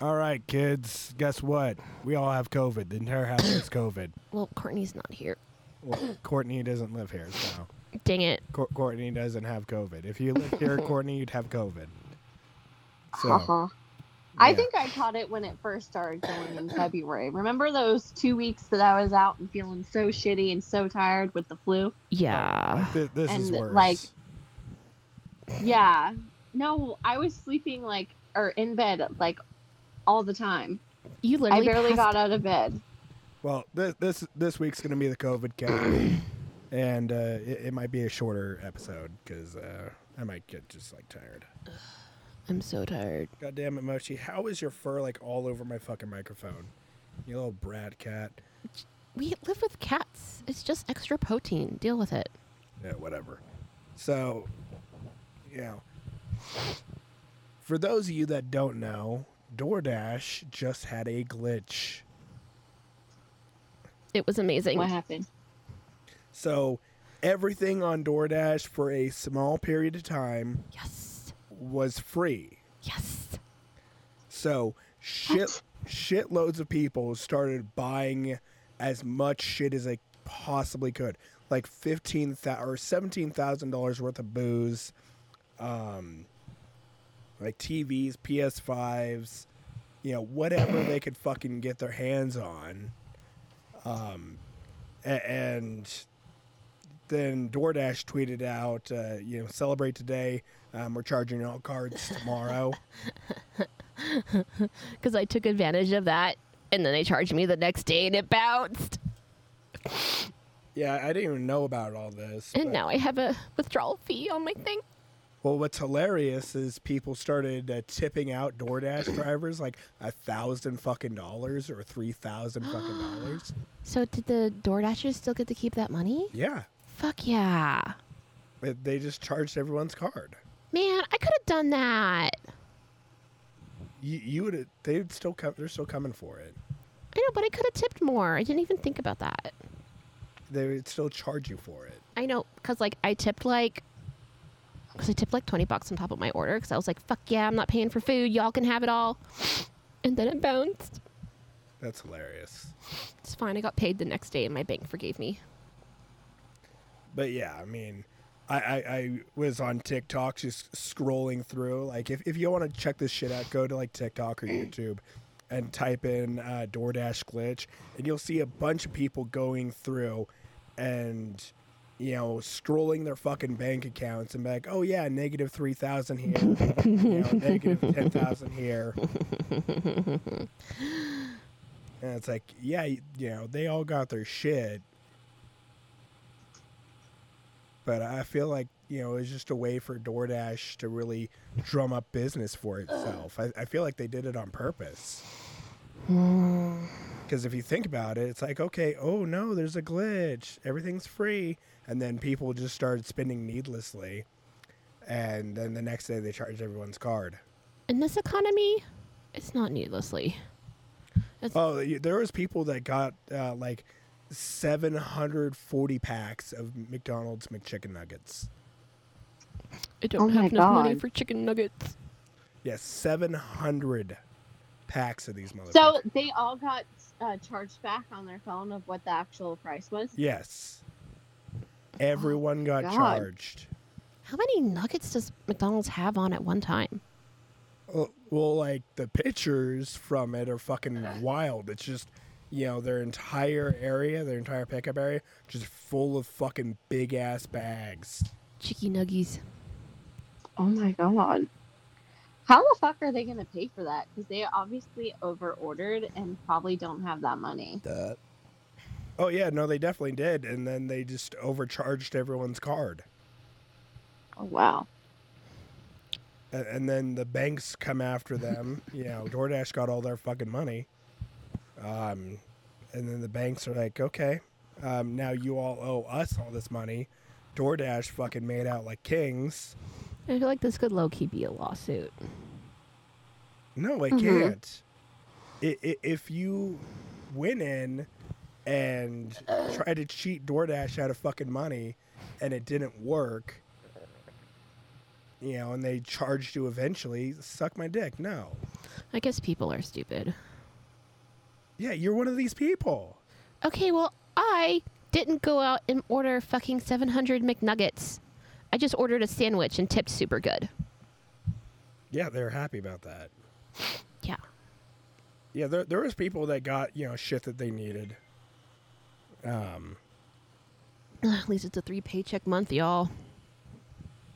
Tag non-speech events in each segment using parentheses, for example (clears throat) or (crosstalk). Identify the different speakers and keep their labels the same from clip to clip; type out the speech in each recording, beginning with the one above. Speaker 1: All right, kids. Guess what? We all have COVID. The entire house has COVID.
Speaker 2: Well, Courtney's not here.
Speaker 1: Well, Courtney doesn't live here, so
Speaker 2: Dang it.
Speaker 1: Cour- Courtney doesn't have COVID. If you lived here, Courtney, you'd have COVID. So,
Speaker 3: Uh-huh. I
Speaker 1: yeah.
Speaker 3: think I caught it when it first started going in February. Remember those two weeks that I was out and feeling so shitty and so tired with the flu?
Speaker 2: Yeah.
Speaker 1: Th- this is
Speaker 3: Ah. and,
Speaker 1: worse.
Speaker 3: like, Yeah. No, I was sleeping like or in bed like all the time.
Speaker 2: You literally
Speaker 3: I barely
Speaker 2: passed-
Speaker 3: got out of bed.
Speaker 1: well, this this this week's gonna be the COVID count, (coughs) and uh, it, it might be a shorter episode because uh, I might get just like tired.
Speaker 2: I'm so tired.
Speaker 1: God damn it, Mochi! How is your fur like all over my fucking microphone? You little brat cat.
Speaker 2: We live with cats. It's just extra protein. Deal with it.
Speaker 1: yeah, whatever. So, you know, for those of you that don't know, DoorDash just had a glitch.
Speaker 2: It was amazing.
Speaker 3: What happened?
Speaker 1: So, everything on DoorDash for a small period of time
Speaker 2: Yes.
Speaker 1: was free.
Speaker 2: Yes.
Speaker 1: So, shit shitloads of people started buying as much shit as they possibly could. Like fifteen thousand or seventeen thousand dollars worth of booze, um, like TVs, PS fives, you know, whatever they could fucking get their hands on. Um, a- and then DoorDash tweeted out, uh, you know, celebrate today. Um, we're charging all cards tomorrow.
Speaker 2: Because I took advantage of that, and then they charged me the next day, and it bounced.
Speaker 1: Yeah, I didn't even know about all this.
Speaker 2: And
Speaker 1: but-
Speaker 2: now I have a withdrawal fee on my thing.
Speaker 1: Well, what's hilarious is people started uh, tipping out DoorDash drivers like a thousand fucking dollars or three thousand fucking dollars.
Speaker 2: So did the DoorDashers still get to keep that money?
Speaker 1: Yeah,
Speaker 2: Fuck yeah.
Speaker 1: they, they just charged everyone's card.
Speaker 2: Man, I could have done that.
Speaker 1: You, you would they'd still come. They're still coming for it.
Speaker 2: I know, but I could have tipped more. I didn't even think about that.
Speaker 1: They would still charge you for it.
Speaker 2: I know, because like I tipped like, because I tipped like 20 bucks on top of my order because I was like, fuck yeah, I'm not paying for food. Y'all can have it all. And then it bounced.
Speaker 1: That's hilarious.
Speaker 2: It's fine. I got paid the next day and my bank forgave me.
Speaker 1: But yeah, I mean, I, I, I was on TikTok just scrolling through. Like, if, if you want to check this shit out, go to like TikTok or YouTube and type in uh, DoorDash glitch, and you'll see a bunch of people going through and, you know, scrolling their fucking bank accounts and be like, oh yeah, negative 3,000 here, (laughs) you know, negative 10,000 here. And it's like, yeah, you know, they all got their shit but I feel like you know it's just a way for DoorDash to really drum up business for itself. I, I feel like they did it on purpose. Because if you think about it, it's like okay, oh no, there's a glitch, everything's free, and then people just started spending needlessly, and then the next day they charged everyone's card.
Speaker 2: In this economy, it's not needlessly.
Speaker 1: Oh, y- there was people that got uh, like 740 packs of McDonald's McChicken Nuggets.
Speaker 2: I don't
Speaker 3: Oh my
Speaker 2: have enough money
Speaker 3: God.
Speaker 2: for chicken nuggets.
Speaker 1: Yes, 700 packs of these motherfuckers.
Speaker 3: So they all got uh, charged back on their phone of what the actual price was.
Speaker 1: Yes. Everyone got
Speaker 3: Oh God.
Speaker 1: charged.
Speaker 2: How many nuggets does McDonald's have on at one time?
Speaker 1: Well, well, like the pictures from it are fucking wild. It's just, you know, their entire area, their entire pickup area, just full of fucking big ass bags.
Speaker 2: Chicky nuggies.
Speaker 3: Oh my god. How the fuck are they going to pay for that? Because they obviously over ordered and probably don't have that money.
Speaker 1: Oh yeah, no, they definitely did, and then they just overcharged everyone's card,
Speaker 3: Oh, wow.
Speaker 1: and, and then the banks come after them. you know, DoorDash got all their fucking money, um, and then the banks are like, okay, um, now you all owe us all this money. DoorDash fucking made out like kings.
Speaker 2: I feel like this could low key be a lawsuit.
Speaker 1: No, I can't. I I if you went in and tried to cheat DoorDash out of fucking money and it didn't work, you know, and they charged you eventually, suck my dick. No.
Speaker 2: I guess people are stupid.
Speaker 1: Yeah, you're one of these people.
Speaker 2: Okay, well, I didn't go out and order fucking 700 McNuggets. I just ordered a sandwich and tipped super good.
Speaker 1: Yeah, they're happy about that.
Speaker 2: Yeah.
Speaker 1: Yeah, there there was people that got you know shit that they needed. Um,
Speaker 2: At least it's a three paycheck month, y'all.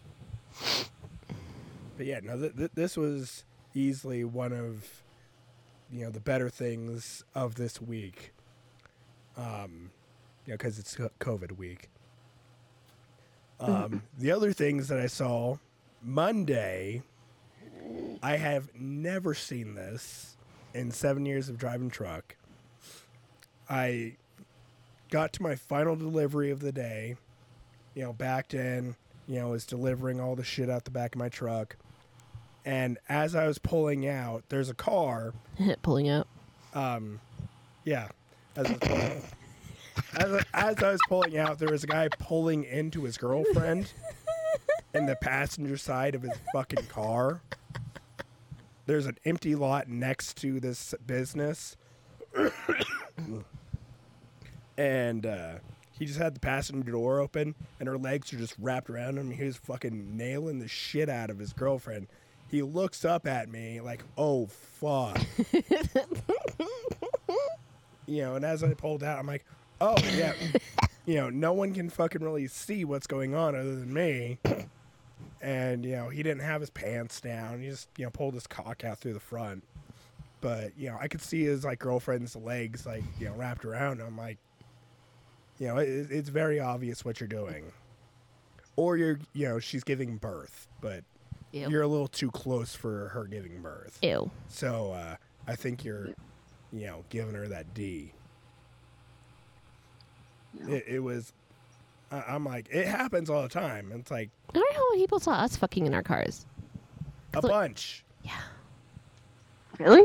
Speaker 2: (laughs)
Speaker 1: but yeah, no, th- th- this was easily one of you know the better things of this week. Um, you know, because it's co- COVID week. Um, the other things that I saw Monday, I have never seen this in seven years of driving truck. I got to my final delivery of the day, you know, backed in, you know, was delivering all the shit out the back of my truck. And as I was pulling out, there's a car.
Speaker 2: Pulling out.
Speaker 1: Um, yeah. As I, was pulling, as, I, as I was pulling out, there was a guy pulling into his girlfriend in the passenger side of his fucking car. There's an empty lot next to this business. and uh, he just had the passenger door open, and her legs are just wrapped around him. He was fucking nailing the shit out of his girlfriend. He looks up at me like, oh, fuck you know, and as I pulled out, I'm like, oh yeah, you know, no one can fucking really see what's going on other than me. And you know, he didn't have his pants down. He just you know pulled his cock out through the front. But you know, I could see his like girlfriend's legs like you know wrapped around him. Like, you know, it, it's very obvious what you're doing, or you're you know she's giving birth, but
Speaker 2: Ew.
Speaker 1: you're a little too close for her giving birth.
Speaker 2: Ew.
Speaker 1: So uh, I think you're, you know, giving her that D.
Speaker 3: Yeah.
Speaker 1: It, it was, I, I'm like, it happens all the time. It's like
Speaker 2: I wonder how many people saw us fucking in our cars.
Speaker 1: a
Speaker 2: Cl-
Speaker 1: bunch.
Speaker 2: Yeah.
Speaker 3: Really?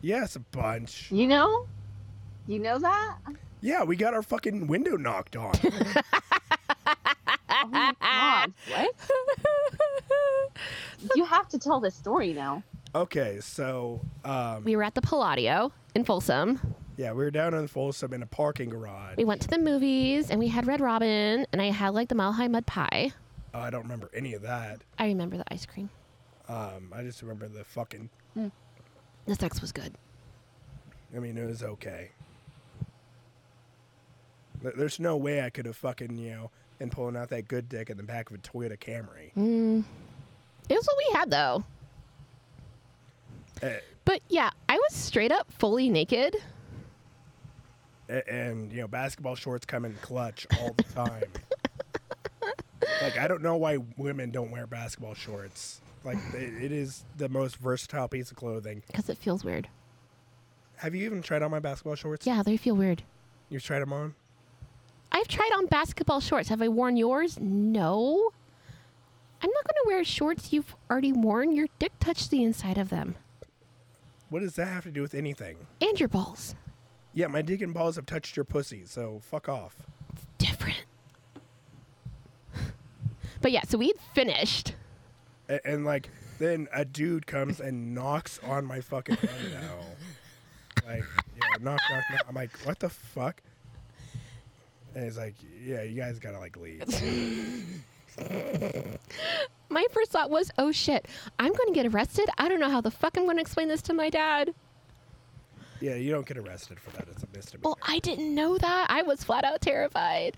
Speaker 1: Yes, a bunch.
Speaker 3: You know? You know that?
Speaker 1: Yeah, we got our fucking window knocked on.
Speaker 3: Oh (laughs) my (laughs) god. What? You have to tell this story now.
Speaker 1: okay, so um,
Speaker 2: (laughs) we were at the Palladio in Folsom.
Speaker 1: yeah, we were down in Folsom in a parking garage.
Speaker 2: We went to the movies and we had Red Robin and I had like the Mile High Mud Pie.
Speaker 1: Oh, I don't remember any of that.
Speaker 2: I remember the ice cream.
Speaker 1: Um, I just remember the fucking.
Speaker 2: The sex was good.
Speaker 1: I mean, it was okay. There- There's no way I could have fucking you know and pulling out that good dick in the back of a Toyota Camry.
Speaker 2: It was what we had though.
Speaker 1: Eh,
Speaker 2: But yeah, I was straight up fully naked.
Speaker 1: A- and you know basketball shorts come in clutch all the time like i don't know why women don't wear basketball shorts like it, it is the most versatile piece of clothing
Speaker 2: Because it feels weird.
Speaker 1: have you even tried on my basketball shorts
Speaker 2: Yeah, they feel weird.
Speaker 1: you've tried them on
Speaker 2: I've tried on basketball shorts. Have I worn yours? No. I'm not going to wear shorts you've already worn. Your dick touched the inside of them
Speaker 1: what does that have to do with anything
Speaker 2: and your balls.
Speaker 1: yeah my dick and balls have touched your pussy so fuck off
Speaker 2: Different. (laughs) but yeah, so we had finished.
Speaker 1: and, and like then a dude comes and knocks on my fucking window. Like, yeah, knock, knock, knock. I'm like, what the fuck? And he's like, yeah, you guys gotta like leave.
Speaker 2: My first thought was, oh shit, I'm going to get arrested. I don't know how the fuck I'm going to explain this to my dad.
Speaker 1: Yeah, you don't get arrested for that. It's a misdemeanor.
Speaker 2: Well, I didn't know that. I was flat out terrified.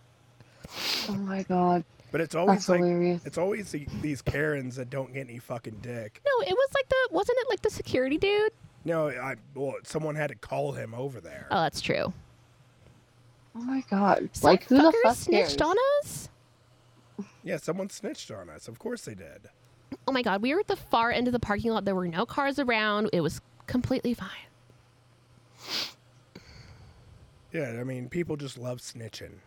Speaker 3: Oh my god.
Speaker 1: but it's always
Speaker 3: that's
Speaker 1: like
Speaker 3: hilarious.
Speaker 1: it's always the, these Karens that don't get any fucking dick.
Speaker 2: No, it was like the, wasn't it like the security dude?
Speaker 1: No, I well, someone had to call him over there.
Speaker 2: Oh, that's true.
Speaker 3: Oh my god.
Speaker 2: Some
Speaker 3: Like who the
Speaker 2: fucker
Speaker 3: fuck
Speaker 2: snitched
Speaker 3: cares?
Speaker 2: on us?
Speaker 1: Yeah, someone snitched on us. Of course they did.
Speaker 2: Oh my god, we were at the far end of the parking lot. There were no cars around. It was completely fine.
Speaker 1: Yeah, I mean, people just love snitching.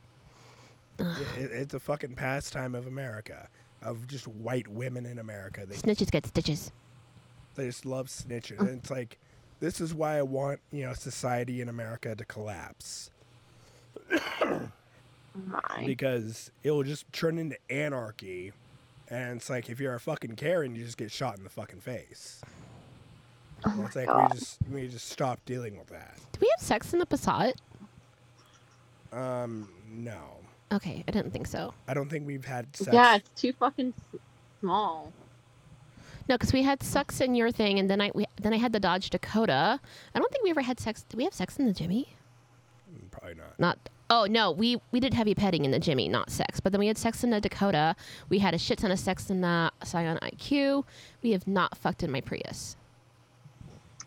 Speaker 1: It, it's a fucking pastime of America, of just white women in America. They,
Speaker 2: Snitches get stitches.
Speaker 1: they just love
Speaker 3: Oh.
Speaker 1: snitching. And it's like, this is why I want, you know, society in America to collapse.
Speaker 3: My
Speaker 1: Because it will just turn into anarchy. And it's like, if you're a fucking Karen, you just get shot in the fucking face.
Speaker 3: Oh
Speaker 1: And it's
Speaker 3: my
Speaker 1: like
Speaker 3: God.
Speaker 1: we just we just stop dealing with that.
Speaker 2: Do we have sex in the Passat?
Speaker 1: Um, no,
Speaker 2: Okay, I didn't think so.
Speaker 1: I don't think we've had sex.
Speaker 3: Yeah, it's too fucking s- small.
Speaker 2: No, because we had sex in your thing, and then I we, then I had the Dodge Dakota. I don't think we ever had sex. Did we have sex in the Jimmy?
Speaker 1: Probably not.
Speaker 2: Not. Oh no, we we did heavy petting in the Jimmy, not sex. But then we had sex in the Dakota. We had a shit ton of sex in the Scion IQ. We have not fucked in my Prius.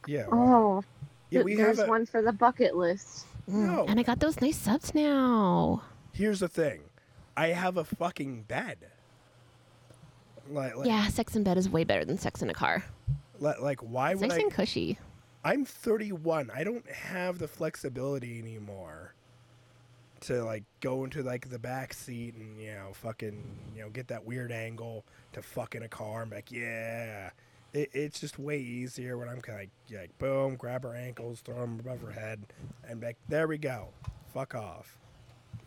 Speaker 1: Yeah. well,
Speaker 3: Oh,
Speaker 1: yeah,
Speaker 3: th-
Speaker 1: we have
Speaker 3: there's
Speaker 1: a,
Speaker 3: one for the bucket list.
Speaker 1: No.
Speaker 2: And I got those nice subs now.
Speaker 1: Here's the thing, I have a fucking bed. Like, like,
Speaker 2: Yeah, sex in bed is way better than sex in a car.
Speaker 1: like, like why
Speaker 2: It's
Speaker 1: would
Speaker 2: nice
Speaker 1: I?
Speaker 2: and cushy.
Speaker 1: I'm 31. I don't have the flexibility anymore to like go into like the back seat and you know fucking you know get that weird angle to fuck in a car. I'm like, yeah, it, it's just way easier when I'm kind of like boom, grab her ankles, throw them above her head, and be like there we go, fuck off,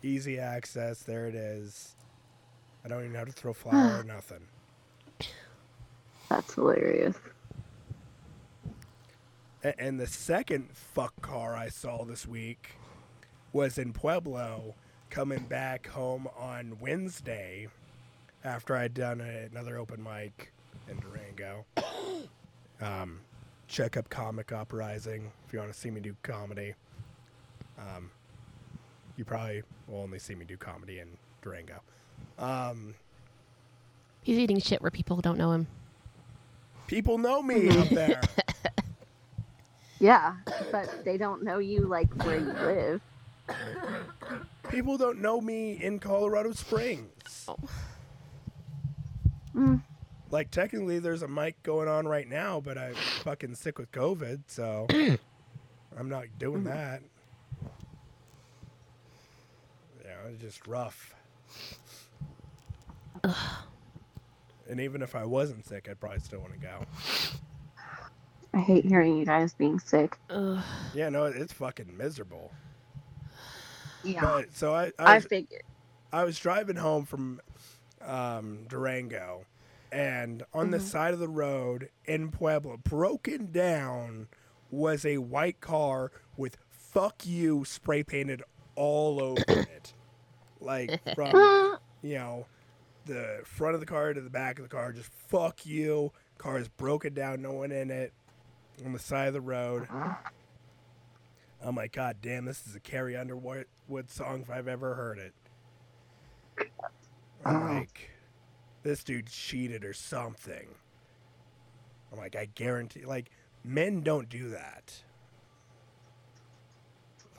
Speaker 1: easy access. There it is. I don't even have to throw flour or nothing.
Speaker 3: That's hilarious.
Speaker 1: A- And the second fuck car I saw this week was in Pueblo, coming back home on Wednesday after I'd done a, another open mic in Durango. (coughs) um, check up Comic Uprising if you want to see me do comedy. Um, you probably will only see me do comedy in Durango. Um,
Speaker 2: He's eating shit where people don't know him.
Speaker 1: people know me up there.
Speaker 3: Yeah, but they don't know you like where you live.
Speaker 1: people don't know me in Colorado Springs.
Speaker 3: Mm.
Speaker 1: Like technically, there's a mic going on right now, but I'm fucking sick with COVID, so I'm not doing
Speaker 3: Mm-hmm.
Speaker 1: that. Yeah, it's just rough. And even if I wasn't sick, I'd probably still want to go.
Speaker 3: I hate hearing you guys being sick.
Speaker 2: Ugh.
Speaker 1: Yeah, no, it's fucking miserable.
Speaker 3: Yeah,
Speaker 1: But so I, I
Speaker 3: I
Speaker 1: was-
Speaker 3: figured.
Speaker 1: I was driving home from um, Durango, and on the side of the road in Pueblo, broken down, was a white car with "fuck you" spray painted all over it, like from
Speaker 3: Ah,
Speaker 1: you know the front of the car to the back of the car, just "fuck you." Car is broken down, no one in it, on the side of the road. I'm like, God damn, this is a Carrie Underwood song if I've ever heard it. I'm
Speaker 3: Oh.
Speaker 1: like, this dude cheated or something. I'm like, I guarantee, like, men don't do that.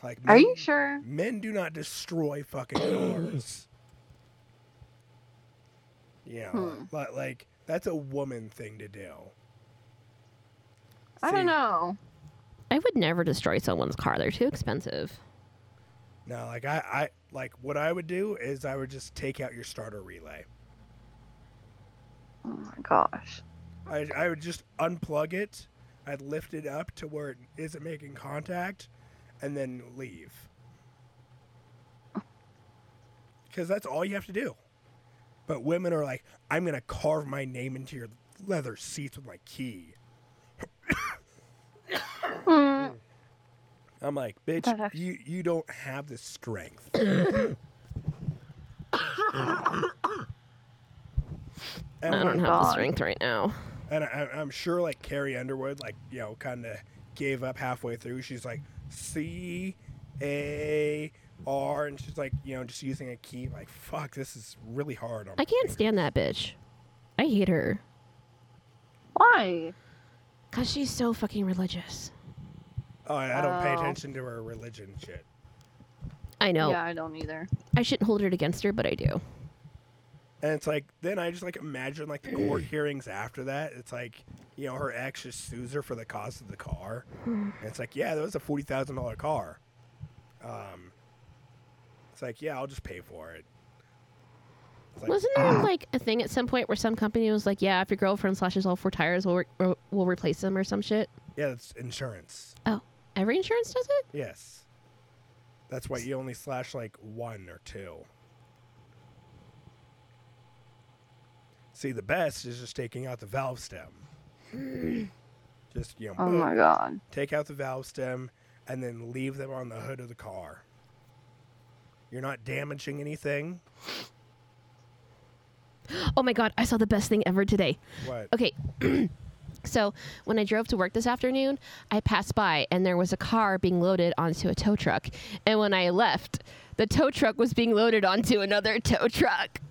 Speaker 1: Like,
Speaker 3: Are
Speaker 1: men-
Speaker 3: you sure?
Speaker 1: Men do not destroy fucking cars. Yeah,
Speaker 3: Hmm.
Speaker 1: but like that's a woman thing to do.
Speaker 3: I don't
Speaker 1: See,
Speaker 3: know.
Speaker 2: I would never destroy someone's car. They're too expensive.
Speaker 1: No, like I, I like what I would do is I would just take out your starter relay.
Speaker 3: Oh my gosh.
Speaker 1: I, I would just unplug it. I'd lift it up to where it isn't making contact, and then leave. Because that's all you have to do. But women are like, I'm gonna carve my name into your leather seats with my key.
Speaker 3: Hmm.
Speaker 1: I'm like, bitch,
Speaker 3: Uh-huh.
Speaker 1: you you don't have the strength. And
Speaker 2: I don't
Speaker 1: when-
Speaker 2: have the
Speaker 3: God.
Speaker 2: strength right now.
Speaker 1: And I, I'm sure, like Carrie Underwood, like you know, kind of gave up halfway through. She's like C A R, and she's like, you know, just using a key. Like, fuck, this is really hard. On
Speaker 2: I
Speaker 1: my
Speaker 2: can't
Speaker 1: finger."
Speaker 2: stand that bitch. I hate her.
Speaker 3: Why?
Speaker 2: Because she's so fucking religious.
Speaker 1: Oh, I I don't pay
Speaker 3: Oh.
Speaker 1: attention to her religion shit.
Speaker 2: I know.
Speaker 3: Yeah, I don't either.
Speaker 2: I shouldn't hold it against her, but I do.
Speaker 1: And it's like, then I just like imagine like the court hearings after that. It's like, you know, her ex just sues her for the cost of the car. And it's like, yeah, that was a forty thousand dollar car. Um, it's like, yeah, I'll just pay for it. It's like,
Speaker 2: Wasn't there like a thing at some point where some company was like, "Yeah, if your girlfriend slashes all four tires, we'll re- we'll replace them or some shit."
Speaker 1: yeah, it's insurance.
Speaker 2: Oh, every insurance does it.
Speaker 1: Yes. That's why you only slash like one or two.
Speaker 3: (gasps)
Speaker 1: See, the best is just taking out the valve stem. Just you know,
Speaker 3: Oh my god.
Speaker 1: take out the valve stem and then leave them on the hood of the car. You're not damaging anything.
Speaker 2: Oh my god, I saw the best thing ever today.
Speaker 1: What?
Speaker 2: Okay. (clears throat) so when I drove to work this afternoon, I passed by and there was a car being loaded onto a tow truck. And when I left, the tow truck was being loaded onto another tow truck.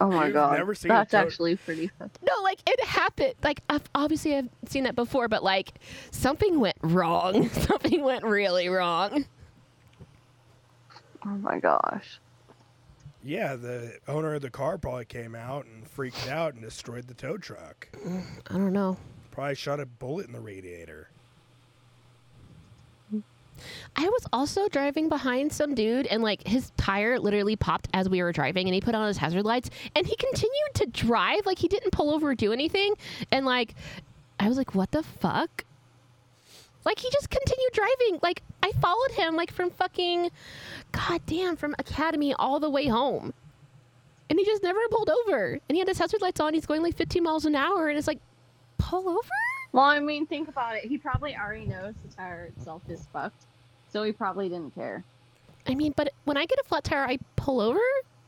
Speaker 3: Oh my
Speaker 1: You've
Speaker 3: god.
Speaker 1: never seen a
Speaker 3: That's
Speaker 1: toad-
Speaker 3: actually pretty funny.
Speaker 2: No, like it happened. Like I've, obviously I've seen that before, but like something went wrong. (laughs) something went really wrong.
Speaker 3: Oh my gosh.
Speaker 1: Yeah, the owner of the car probably came out and freaked out and destroyed the tow truck.
Speaker 2: I don't know.
Speaker 1: Probably shot a bullet in the radiator.
Speaker 2: I was also driving behind some dude, and like his tire literally popped as we were driving, and he put on his hazard lights, and he continued to drive like he didn't pull over or do anything, and like I was like, what the fuck? Like he just continued driving. Like I followed him like from fucking, goddamn, from academy all the way home, and he just never pulled over, and he had his hazard lights on. He's going like 15 miles an hour, and it's like, pull over.
Speaker 3: Well, I mean, think about it. He probably already knows the tire itself is fucked, so he probably didn't care.
Speaker 2: I mean, but when I get a flat tire, I pull over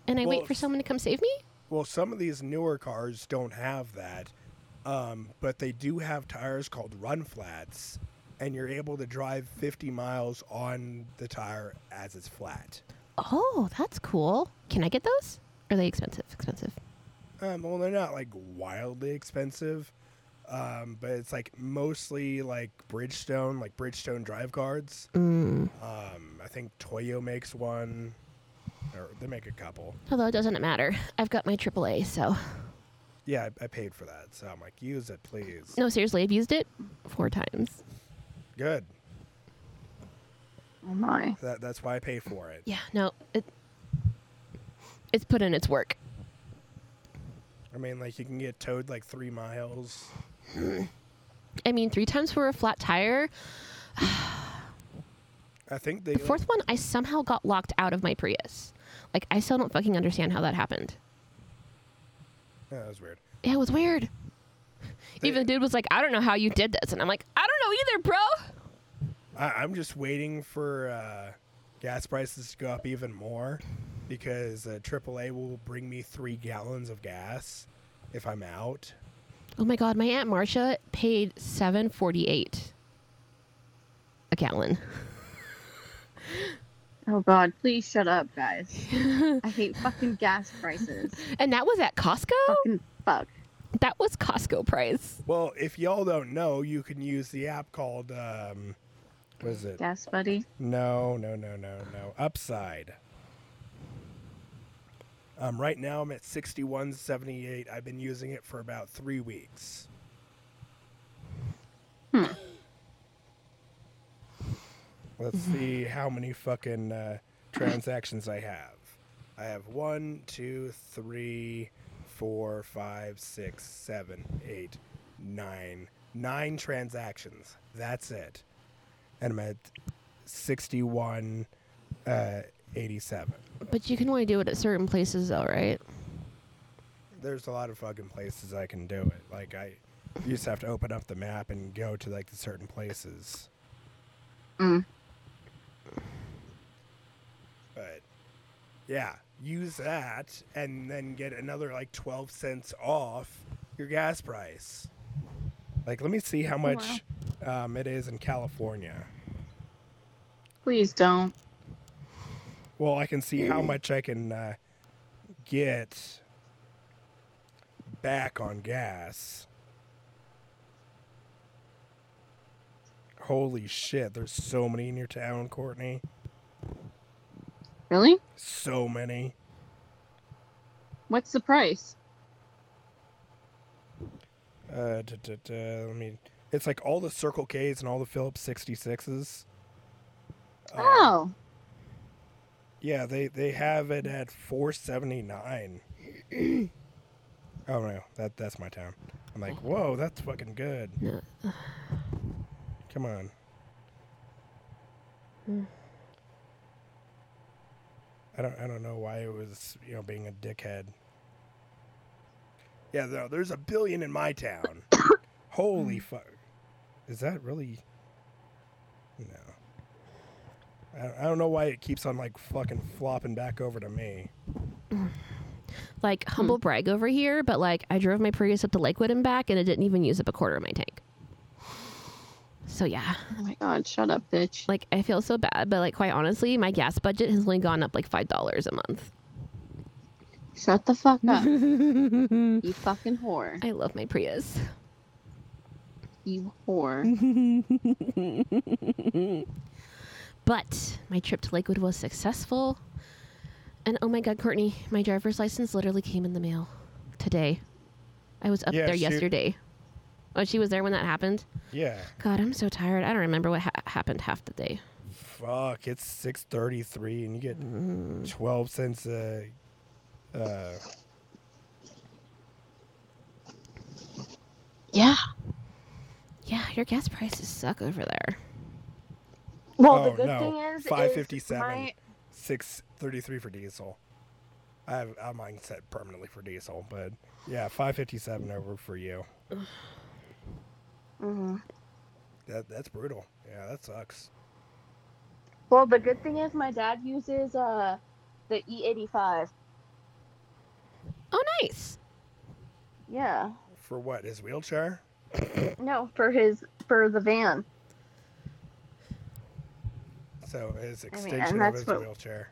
Speaker 2: and I
Speaker 1: Well,
Speaker 2: wait for someone to come save me.
Speaker 1: Well, some of these newer cars don't have that, um, but they do have tires called run flats, and you're able to drive 50 miles on the tire as it's flat.
Speaker 2: Oh, that's cool. Can I get those? Are they expensive? Expensive.
Speaker 1: Um, well, they're not like wildly expensive, um, but it's like mostly like Bridgestone, like Bridgestone drive cards. Um, I think Toyo makes one, or they make a couple.
Speaker 2: Although it doesn't matter. I've got my AAA, so
Speaker 1: Yeah, I, I paid for that, so I'm like, use it, please.
Speaker 2: no, seriously, I've used it four times.
Speaker 1: Good.
Speaker 3: Oh my.
Speaker 1: That, that's why I pay for it.
Speaker 2: Yeah, no, it it's put in its work.
Speaker 1: I mean, like you can get towed like three miles.
Speaker 2: I mean, three times for a flat tire.
Speaker 1: I think they
Speaker 2: The fourth one, I somehow got locked out of my Prius. Like, I still don't fucking understand how that happened.
Speaker 1: Yeah, that was weird.
Speaker 2: Yeah, it was weird.
Speaker 1: They-
Speaker 2: Even the dude was like, "I don't know how you did this," and I'm like, "I don't know either, bro."
Speaker 1: I, I'm just waiting for uh, gas prices to go up even more because uh, AAA will bring me three gallons of gas if I'm out.
Speaker 2: Oh my god, my aunt Marcia paid seven forty eight a gallon.
Speaker 3: Oh god, please shut up, guys. (laughs) I hate fucking gas prices.
Speaker 2: And that was at Costco?
Speaker 3: Fucking fuck.
Speaker 2: That was Costco price.
Speaker 1: Well, if y'all don't know, you can use the app called um, what is it?
Speaker 3: Gas buddy.
Speaker 1: No, no, no, no, no. Upside. Um, right now I'm at 6178. I've been using it for about three weeks. Let's see how many fucking uh, transactions I have. I have one, two, three, four, five, six, seven, eight, nine, nine transactions. That's it. And I'm at 61 uh, 87.
Speaker 2: But you can only do it at certain places though, right?
Speaker 1: There's a lot of fucking places I can do it. Like I you just have to open up the map and go to like the certain places.
Speaker 3: Mm.
Speaker 1: But yeah, use that and then get another like 12 cents off your gas price. Like let me see how much um, it is in California.
Speaker 3: Please don't.
Speaker 1: Well, I can see how much I can uh, get back on gas. Holy shit, there's so many in your town, Courtney.
Speaker 3: Really?
Speaker 1: So many.
Speaker 3: What's the price?
Speaker 1: Uh, duh, duh, duh, let me. It's like all the Circle K's and all the Phillips 66s. Uh,
Speaker 3: Oh.
Speaker 1: Yeah, they they have it at 479. oh no, that that's my town. I'm like, whoa, that's fucking good.
Speaker 2: Oh. No.
Speaker 1: Come on.
Speaker 2: Hmm.
Speaker 1: I don't I don't know why it was you know being a
Speaker 2: (coughs)
Speaker 1: dickhead. Yeah, no, there's a billion in my town. Holy fuck! Is that really? No. I, I don't know why it keeps on like fucking flopping back over to me.
Speaker 2: Like humble brag over here, but like I drove my Prius up to Lakewood and back, and it didn't even use up a quarter of my tank. So yeah,
Speaker 3: Oh my god, shut up, bitch.
Speaker 2: like I feel so bad, but like quite honestly, my gas budget has only gone up like five dollars a month.
Speaker 3: Shut the fuck (laughs) up. you fucking whore.
Speaker 2: I love my Prius.
Speaker 3: You whore.
Speaker 2: But my trip to Lakewood was successful. And oh my God, Courtney, my driver's license literally came in the mail today. I was up
Speaker 1: Yeah,
Speaker 2: there
Speaker 1: she-
Speaker 2: yesterday. Oh, she was there when that happened?
Speaker 1: Yeah.
Speaker 2: God, I'm so tired. I don't remember what ha- happened half the day.
Speaker 1: Fuck. It's six thirty three, and you
Speaker 3: Mm.
Speaker 1: get twelve cents a. Uh,
Speaker 3: Yeah.
Speaker 2: Yeah, your gas prices suck over there.
Speaker 3: Well,
Speaker 1: oh
Speaker 3: the good
Speaker 1: no!
Speaker 3: thing is,
Speaker 1: five fifty seven.
Speaker 3: My,
Speaker 1: Six thirty three for diesel. I have I have mine set permanently for diesel, but yeah, five fifty seven over for you.
Speaker 3: Mhm.
Speaker 1: That that's brutal. Yeah, that sucks.
Speaker 3: Well, the good thing is, my dad uses uh the E85.
Speaker 2: Oh, nice.
Speaker 3: Yeah.
Speaker 1: For what? His wheelchair?
Speaker 3: No, for his for the van.
Speaker 1: So his
Speaker 3: and
Speaker 1: extension of
Speaker 3: that's
Speaker 1: his
Speaker 3: what-
Speaker 1: wheelchair.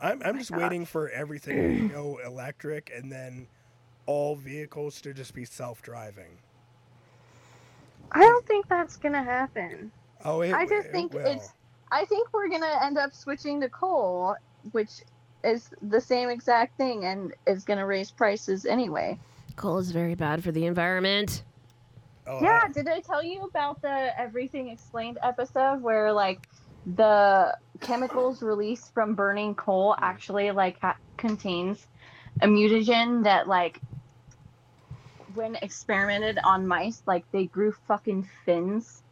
Speaker 1: I'm I'm just
Speaker 3: gosh.
Speaker 1: waiting for everything to
Speaker 3: (clears throat)
Speaker 1: go electric and then all vehicles to just be self driving.
Speaker 3: I don't think that's gonna happen.
Speaker 1: Oh, it,
Speaker 3: I just
Speaker 1: it
Speaker 3: think
Speaker 1: will.
Speaker 3: it's. I think we're gonna end up switching to coal, which is the same exact thing and is gonna raise prices anyway.
Speaker 2: Coal is very bad for the environment.
Speaker 1: Oh,
Speaker 3: Yeah,
Speaker 1: I-
Speaker 3: did I tell you about the Everything Explained episode where like the chemicals released from burning coal actually like ha- contains a mutagen that like when experimented on mice like they grew fucking fins.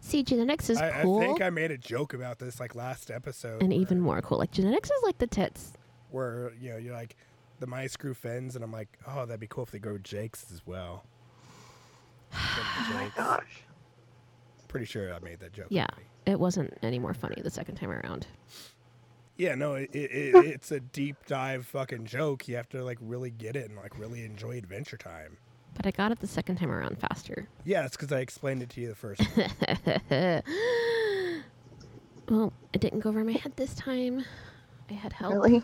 Speaker 2: See, genetics is
Speaker 1: I, I
Speaker 2: cool
Speaker 1: think I made a joke about this like last episode.
Speaker 2: and
Speaker 1: where-
Speaker 2: even more cool. Like, genetics is like the tits.
Speaker 1: where you know you're like the mice grew fins, and I'm like, oh, that'd be cool if they grow Jake's as well.
Speaker 3: (sighs)
Speaker 1: oh my gosh! Pretty sure I made that joke.
Speaker 2: Yeah,
Speaker 1: already.
Speaker 2: it wasn't any more funny the second time around.
Speaker 1: Yeah, no, it, it, it, it's a deep dive fucking joke. You have to like really get it and like really enjoy Adventure Time.
Speaker 2: But I got it the second time around faster.
Speaker 1: Yeah, it's because I explained it to you the
Speaker 3: (laughs)
Speaker 1: first. time.
Speaker 2: (laughs) Well, it didn't go over my head this time. I had help.
Speaker 3: Really?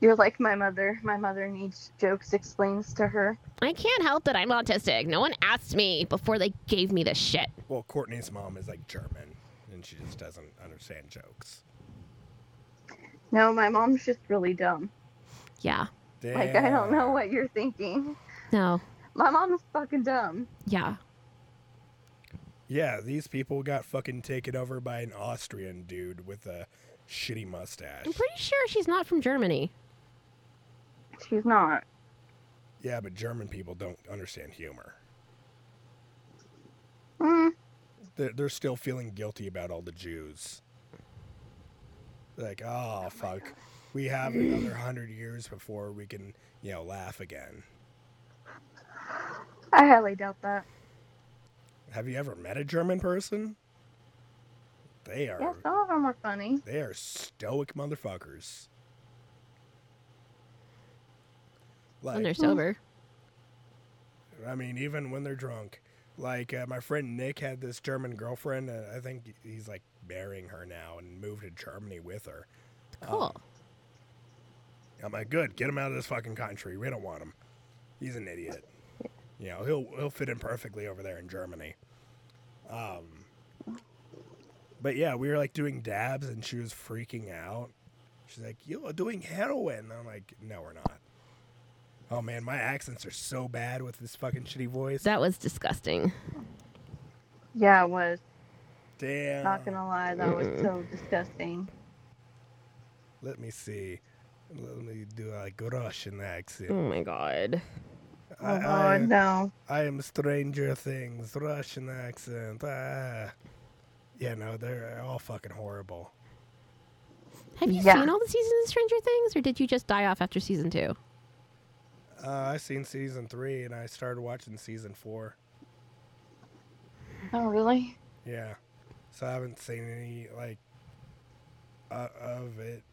Speaker 3: You're like my mother. My mother needs jokes explains to her.
Speaker 2: I can't help that I'm autistic. No one asked me before they gave me this shit.
Speaker 1: well, Courtney's mom is like German, and she just doesn't understand jokes.
Speaker 3: No, my mom's just really dumb.
Speaker 2: Yeah.
Speaker 3: Like I don't know
Speaker 1: Damn.
Speaker 3: what you're thinking.
Speaker 2: No.
Speaker 3: My mom's fucking dumb.
Speaker 2: Yeah.
Speaker 1: Yeah, these people got fucking taken over by an Austrian dude with a shitty mustache.
Speaker 2: I'm pretty sure she's not from Germany.
Speaker 3: She's not.
Speaker 1: Yeah, but German people don't understand humor.
Speaker 3: Mm.
Speaker 1: They're, they're still feeling guilty about all the Jews. Like, oh, fuck. We have another hundred years before we can, you know, laugh again.
Speaker 3: I highly doubt that.
Speaker 1: Have you ever met a German person? They are
Speaker 3: Yeah, some of them are funny.
Speaker 1: they are stoic motherfuckers.
Speaker 2: when they're
Speaker 1: Like,
Speaker 2: sober.
Speaker 1: I mean, even when they're drunk. Like uh, my friend Nick had this German girlfriend. And I think he's like marrying her now and moved to Germany with her.
Speaker 3: hmm. Oh.
Speaker 2: Cool.
Speaker 1: I'm like, good, get him out of this fucking country. We don't want him. He's an idiot. You know, he'll he'll fit in perfectly over there in Germany. Um, but yeah, we were like doing dabs, and she was freaking out. She's like, "You are doing heroin?" And I'm like, "No, we're not." Oh man, my accents are so bad with this fucking shitty voice.
Speaker 2: That was disgusting.
Speaker 3: Yeah, it was.
Speaker 1: Damn.
Speaker 3: Not gonna lie, that was so disgusting.
Speaker 1: Let me see. Let me do a Russian accent.
Speaker 2: Oh my god.
Speaker 3: Oh
Speaker 1: I- I-
Speaker 3: God, no.
Speaker 1: I am Stranger Things, Russian accent. Ah. Yeah, no, they're all fucking horrible.
Speaker 2: Have you
Speaker 3: Yeah.
Speaker 2: seen all the seasons of Stranger Things or did you just die off after season two?
Speaker 1: Uh, I seen season three, and I started watching season four.
Speaker 3: Oh, really?
Speaker 1: Yeah, so I haven't seen any like uh, of it.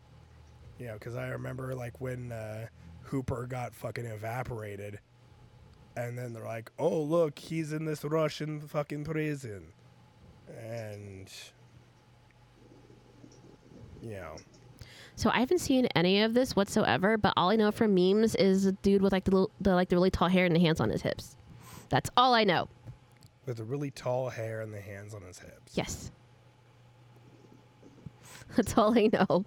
Speaker 1: You know, because I remember like when uh, Hooper got fucking evaporated, and then they're like, "Oh look, he's in this Russian fucking prison," and you know,
Speaker 2: So I haven't seen any of this whatsoever, but all I know from memes is a dude with like the, little, the like the really tall hair and the hands on his hips. That's all I know.
Speaker 1: with the really tall hair and the hands on his hips.
Speaker 2: Yes. (laughs) That's all I know.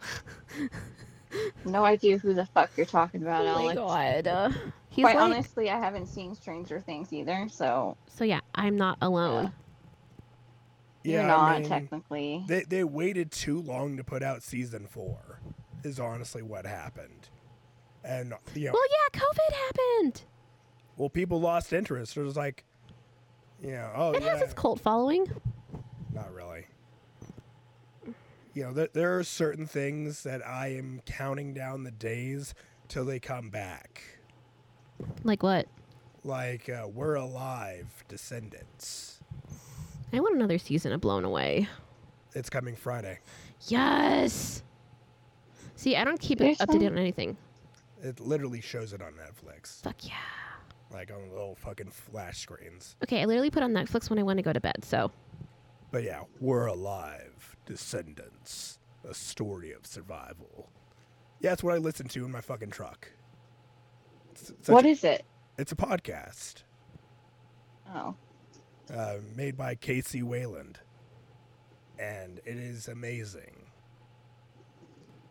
Speaker 3: No idea who the fuck you're talking about, Alex.
Speaker 2: Oh god. he's
Speaker 3: Quite
Speaker 2: like,
Speaker 3: honestly, I haven't seen Stranger Things either, so
Speaker 2: so yeah, I'm not alone.
Speaker 3: you're
Speaker 1: Yeah,
Speaker 3: not
Speaker 1: I mean,
Speaker 3: technically.
Speaker 1: They they waited too long to put out season four, is honestly what happened. And you know,
Speaker 2: Well, yeah, COVID happened.
Speaker 1: well, people lost interest. It was like, you know, oh,
Speaker 2: It
Speaker 1: yeah,
Speaker 2: has its cult following.
Speaker 1: not really. You know, there, there are certain things that I am counting down the days till they come back,
Speaker 2: Like what?
Speaker 1: like uh, we're alive, Descendants.
Speaker 2: I want another season of Blown Away.
Speaker 1: It's coming Friday.
Speaker 2: Yes. See, I don't keep it
Speaker 3: There's
Speaker 2: up to date
Speaker 3: some-
Speaker 2: on anything.
Speaker 1: It literally shows it on Netflix,
Speaker 2: Fuck yeah.
Speaker 1: like on little fucking flash screens.
Speaker 2: Okay, I literally put on Netflix when I want to go to bed. So
Speaker 1: But yeah, we're alive, descendants, a story of survival. Yeah, it's what I listen to in my fucking truck. It's, such
Speaker 3: What
Speaker 1: a,
Speaker 3: is it?
Speaker 1: it's a podcast
Speaker 3: Oh,
Speaker 1: uh, made by Casey Wayland, and it is amazing.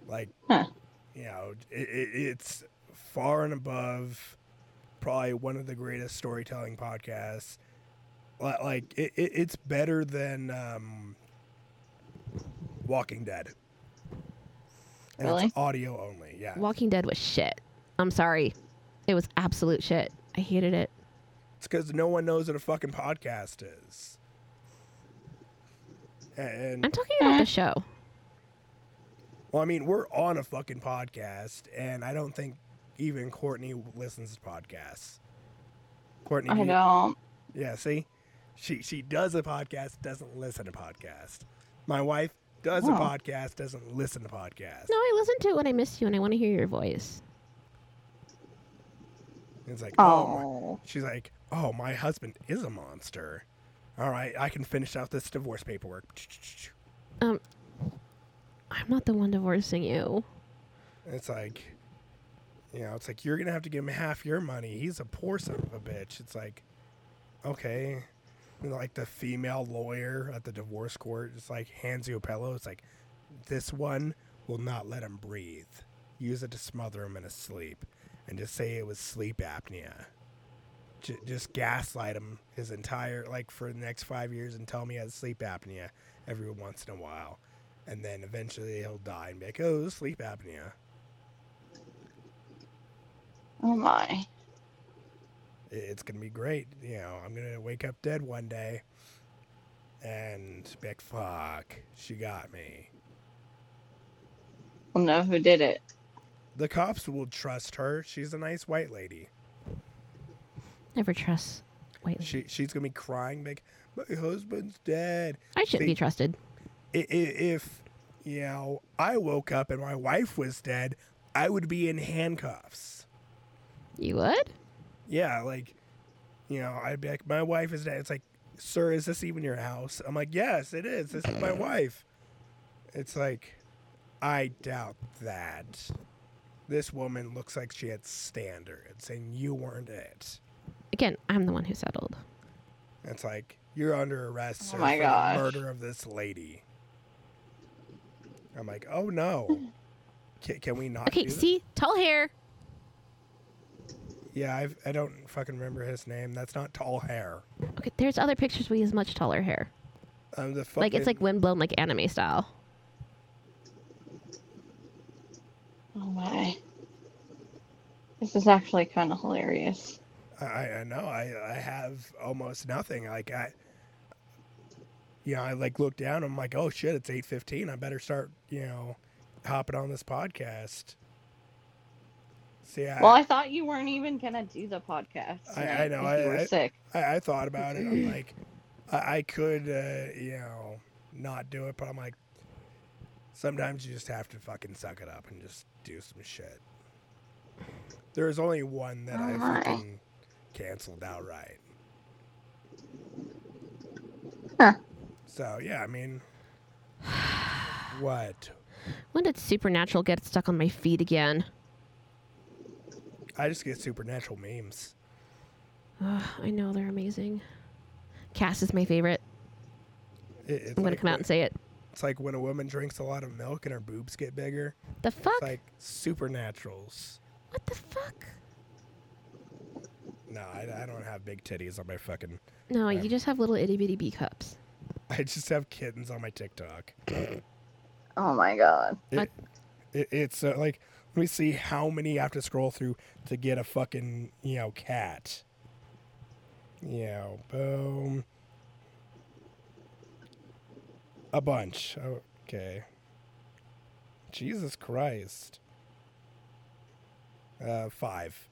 Speaker 1: Like,
Speaker 3: Huh.
Speaker 1: you know, it, it, it's far and above probably one of the greatest storytelling podcasts. Li- Like, it, it, it's better than um, Walking Dead. And
Speaker 3: Really?
Speaker 1: It's audio only, yeah.
Speaker 2: Walking Dead was shit. I'm sorry. It was absolute shit. I hated it.
Speaker 1: It's because no one knows what a fucking podcast is. A- And
Speaker 2: I'm talking about
Speaker 3: Eh.
Speaker 2: the show.
Speaker 1: Well, I mean, we're on a fucking podcast, and I don't think even Courtney listens to podcasts. Courtney,
Speaker 3: I
Speaker 1: you-
Speaker 3: don't.
Speaker 1: yeah, see, she she does a podcast, doesn't listen to podcast. My wife does a
Speaker 3: Wow.
Speaker 1: podcast, doesn't listen to podcast.
Speaker 2: No, I listen to it when I miss you and I want to hear your voice.
Speaker 1: It's like, oh,
Speaker 3: Oh,
Speaker 1: my- she's like, oh, my husband is a monster. All right, I can finish out this divorce paperwork.
Speaker 2: Um, I'm not the one divorcing you.
Speaker 1: It's like, you know, it's like you're gonna have to give him half your money. He's a poor son of a bitch. It's like, okay, And, like the female lawyer at the divorce court just like hands you a pillow. It's like, this one will not let him breathe. Use it to smother him in his sleep, and just say it was sleep apnea. J- just gaslight him his entire like for the next five years and tell me he has sleep apnea every once in a while, and then eventually he'll die and be like, oh, it was sleep apnea.
Speaker 3: oh my.
Speaker 1: i- it's gonna be great. You know, I'm gonna wake up dead one day and be like, fuck, she got me.
Speaker 3: We'll know who did it.
Speaker 1: The cops will trust her. She's a nice white lady.
Speaker 2: Never trust. Wait,
Speaker 1: She she's gonna be crying, like, my husband's dead.
Speaker 2: I shouldn't be
Speaker 1: see-
Speaker 2: trusted.
Speaker 1: I- i- If you know, I woke up and my wife was dead, I would be in handcuffs.
Speaker 2: You would?
Speaker 1: Yeah, like, you know, I'd be like, my wife is dead. It's like, sir, is this even your house? I'm like, yes, it is. This
Speaker 3: (laughs)
Speaker 1: is my wife. It's like, I doubt that. This woman looks like she had standards, and you weren't it.
Speaker 2: Again, I'm the one who settled.
Speaker 1: It's like you're under arrest sir,
Speaker 3: Oh my
Speaker 1: for
Speaker 3: gosh.
Speaker 1: the murder of this lady. I'm like, oh no. Can, can we not?
Speaker 2: Okay,
Speaker 1: do this?
Speaker 2: see, tall hair.
Speaker 1: Yeah, I've, I don't fucking remember his name. That's not tall hair.
Speaker 2: Okay, there's other pictures where he has much taller hair.
Speaker 1: Um, the fucking,
Speaker 2: Like it's like windblown, like anime style.
Speaker 3: Oh my. This is actually kind of hilarious.
Speaker 1: I, I I know. I, I have almost nothing. Like I, you know, I like look down. I'm like, oh shit, it's eight fifteen. I better start, you know, hopping on this podcast. See, I,
Speaker 3: Well, I thought you weren't even gonna do the podcast.
Speaker 1: I-
Speaker 3: tonight
Speaker 1: I know,
Speaker 3: because you
Speaker 1: I-
Speaker 3: were
Speaker 1: I-
Speaker 3: sick.
Speaker 1: I, I thought about it.
Speaker 2: (clears throat)
Speaker 1: I'm like, I, I could, uh, you know, not do it, but I'm like, sometimes you just have to fucking suck it up and just do some shit. There was only one that I
Speaker 3: Alright.
Speaker 1: fucking canceled outright.
Speaker 3: Huh.
Speaker 1: So yeah, I mean, what?
Speaker 2: When did Supernatural get stuck on my feet again?
Speaker 1: I just get supernatural memes.
Speaker 2: Ugh, I know they're amazing. Cass is my favorite.
Speaker 1: It, it's
Speaker 2: I'm gonna
Speaker 1: like
Speaker 2: come out and say it.
Speaker 1: It's like when a woman drinks a lot of milk and her boobs get bigger.
Speaker 2: The fuck?
Speaker 1: It's like supernaturals.
Speaker 2: what the fuck?
Speaker 1: No, I, I don't have big titties on my fucking.
Speaker 2: No,
Speaker 1: Um,
Speaker 2: you just have little itty bitty B cups.
Speaker 1: I just have kittens on my TikTok.
Speaker 3: Oh my god.
Speaker 1: It, it, it's uh, like, let me see how many I have to scroll through to get a fucking, you know, cat. You know, boom. A bunch. Okay. Jesus Christ. Uh, five.